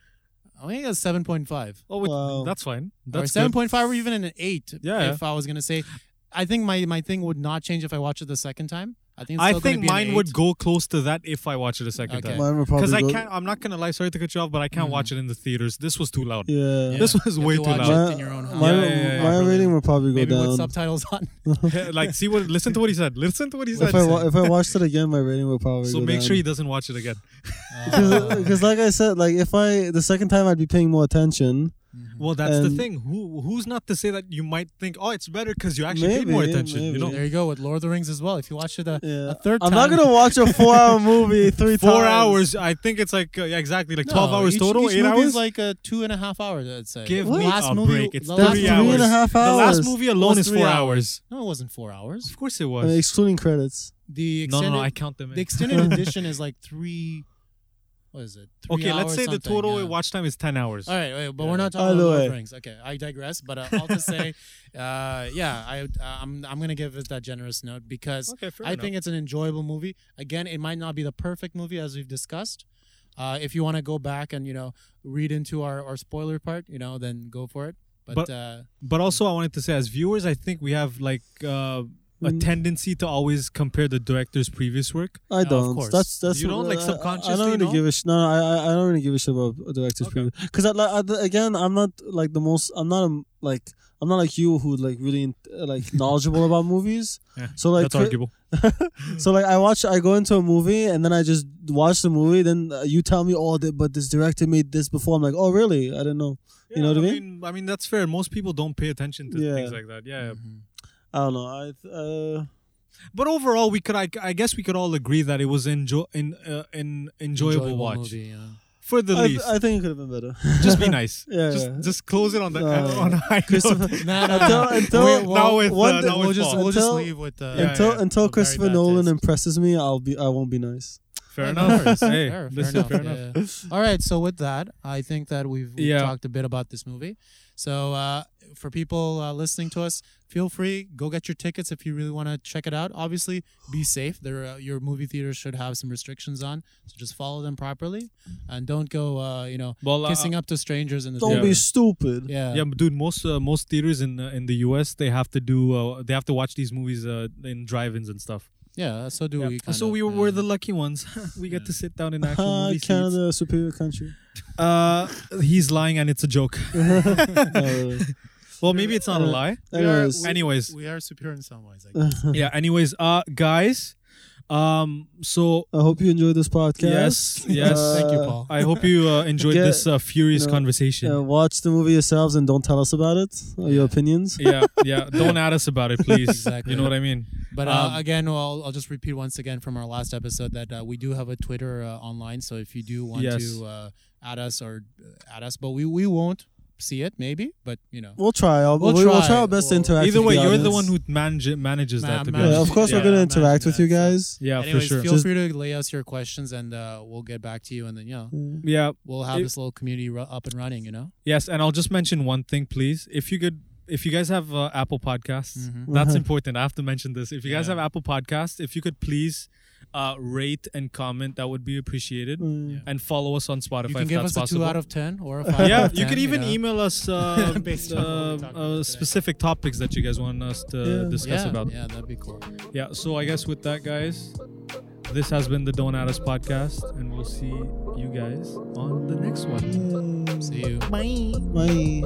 I think a seven point five. Oh, wait, Wow. that's fine. Or That's seven good. point five, or even an eight. Yeah. If I was gonna say, I think my my thing would not change if I watched it the second time. I think. It's I still gonna think be an mine eight. would go close to that if I watch it a second Okay. time. Mine would Because probably I go- can't. I'm not gonna lie. Sorry to cut you off, but I can't Mhm. watch it in the theaters. This was too loud. Yeah. Yeah. This was You have way to too watch loud. it in your own house. My, Yeah, yeah, yeah, my yeah. rating would probably go Maybe down. with subtitles on. like, see what? Listen to what he said. Listen to what he said. if I wa- if I watched it again, my rating would probably so go make down. sure he doesn't watch it again. Mm-hmm. uh, because uh, like I said, like if I the second time I'd be paying more attention. Well, that's the And- thing. Who who's not to say that you might think, oh, it's better because you actually paid Maybe, more attention. You maybe. know, there you go with Lord of the Rings as well. If you watch it uh, a, Yeah. a third I'm not time, gonna watch a four hour movie three times. four hours. I think it's like uh, yeah, exactly like twelve No, hours each- total. each eight movie is hours. like a two and a half hours. I'd say. Give The me last a movie, break. It's the That's last three three hours. and a half the hours. last movie alone was is three four hours. hours. No, it wasn't four hours. Of course, it I was. mean, excluding credits. The no, extended, no, no, I count them. In. the extended edition is like three. What is it? Three okay, let's hours say the something, total yeah. watch time is ten hours. All right, wait, but Yeah. we're not By talking the about Lord of the way. Rings. Okay, I digress. But uh, I'll just say, uh, yeah, I, uh, I'm I'm gonna give it that generous note because Okay, fair I enough. think it's an enjoyable movie. Again, it might not be the perfect movie as we've discussed. Uh, if you want to go back and you know read into our, our spoiler part, you know, then go for it. But, But- uh, But also, I wanted to say, as viewers, I think we have like uh, a Mm. tendency to always compare the director's previous work. I of don't. course. that's that's You don't, like, I- I- I, subconsciously, don't really no? give a sh- no. no, I I- I don't really give a shit about a director's Okay. preview because I, like, I- again I'm not like the most I'm not um like I'm not like you who like really in, uh, like knowledgeable about movies. Yeah, so like That's cri- arguable. so like I watch, I go into a movie and then I just watch the movie. Then uh, you tell me, oh, th- but this director made this before. I'm like, oh, really? I didn't know. You know what I mean? I mean, that's fair. Most people don't pay attention to Yeah. things like that. Yeah. Mm-hmm. I don't know. I uh, But overall, we could, I, I guess, we could all agree that it was enjoy in uh, an enjoyable, watch movie, yeah. for the I, least. I think it could have been better. just be nice. Yeah, Just, yeah. just close it on the No. on a high Christopher- note. No, no, Until- no. until- We'll- Now we'll- it's, uh, one day- now it's we'll just Paul. we'll just Until- leave with uh, Yeah, until yeah. until Well, very Christopher bad Nolan taste. impresses me, I'll be I won't be nice. Fair Hey, no enough. worries. fair, Hey, fair listen, enough. fair enough. yeah, yeah. All right, so with that, I think that we've, we've Yeah. talked a bit about this movie. So uh, for people uh, listening to us, feel free go get your tickets if you really want to check it out. Obviously, be safe. There, uh, your movie theaters should have some restrictions on, so just follow them properly, and don't go, uh, you know, Well, uh, kissing up to strangers in the Don't theater. be stupid. yeah. Yeah, but dude, most uh, most theaters in uh, in the U.S. they have to do uh, they have to watch these movies uh, in drive-ins and stuff. yeah, So do we. so kinda, we were, yeah. were the lucky ones. we get to sit down in actual Ah, movie seats. Canada, superior country. Uh, he's lying, and it's a joke. No, really. Well, maybe it's not a lie. Anyways, Anyways, Uh, We are superior in some ways. I guess. yeah. Anyways, uh, guys, um, so I hope you enjoyed this podcast. yes, yes. Thank you, Uh, Paul. I hope you uh, enjoyed Get- this uh, furious no, conversation. Uh, watch the movie yourselves and don't tell us about it. Or your opinions. yeah, yeah. Don't add us about it, please. Exactly. You know what I mean? But Um, uh, again, I'll, I'll just repeat once again from our last episode that uh, we do have a Twitter uh, online. So if you do want Yes. to uh, add us or uh, add us, but we, we won't see it maybe. But you know, We'll try. I'll, we'll, We'll we'll try. try. our best We'll- to interact. Either with way, you you're the audience. one who manage manages Ma- that. To be manage- Yeah, honest. of course yeah. we're gonna interact imagine with you that, so- guys. Yeah, anyways, for sure. feel Just- free to lay us your questions and uh, we'll get back to you. And then you know, Mm. yeah. we'll have If- this little community ru- up and running. You know, Yes, and I'll just mention one thing, please. If you could, if you guys have uh, Apple Podcasts, Mhm. that's Uh-huh. important. I have to mention this. If you guys Yeah. have Apple Podcasts, if you could please uh, rate and comment, that would be appreciated. Mm. And follow us on Spotify. you can if give that's us a possible. two out of ten or a five. yeah, out of you 10, could even know? email us uh, Based uh, on what we talked about uh, today. specific topics that you guys want us to Yeah. discuss Yeah, about. yeah, that'd be cool. Yeah, so I guess with that, guys, this has been the Don't Add Us podcast, and we'll see you guys on the next one. Mm. See you. Bye.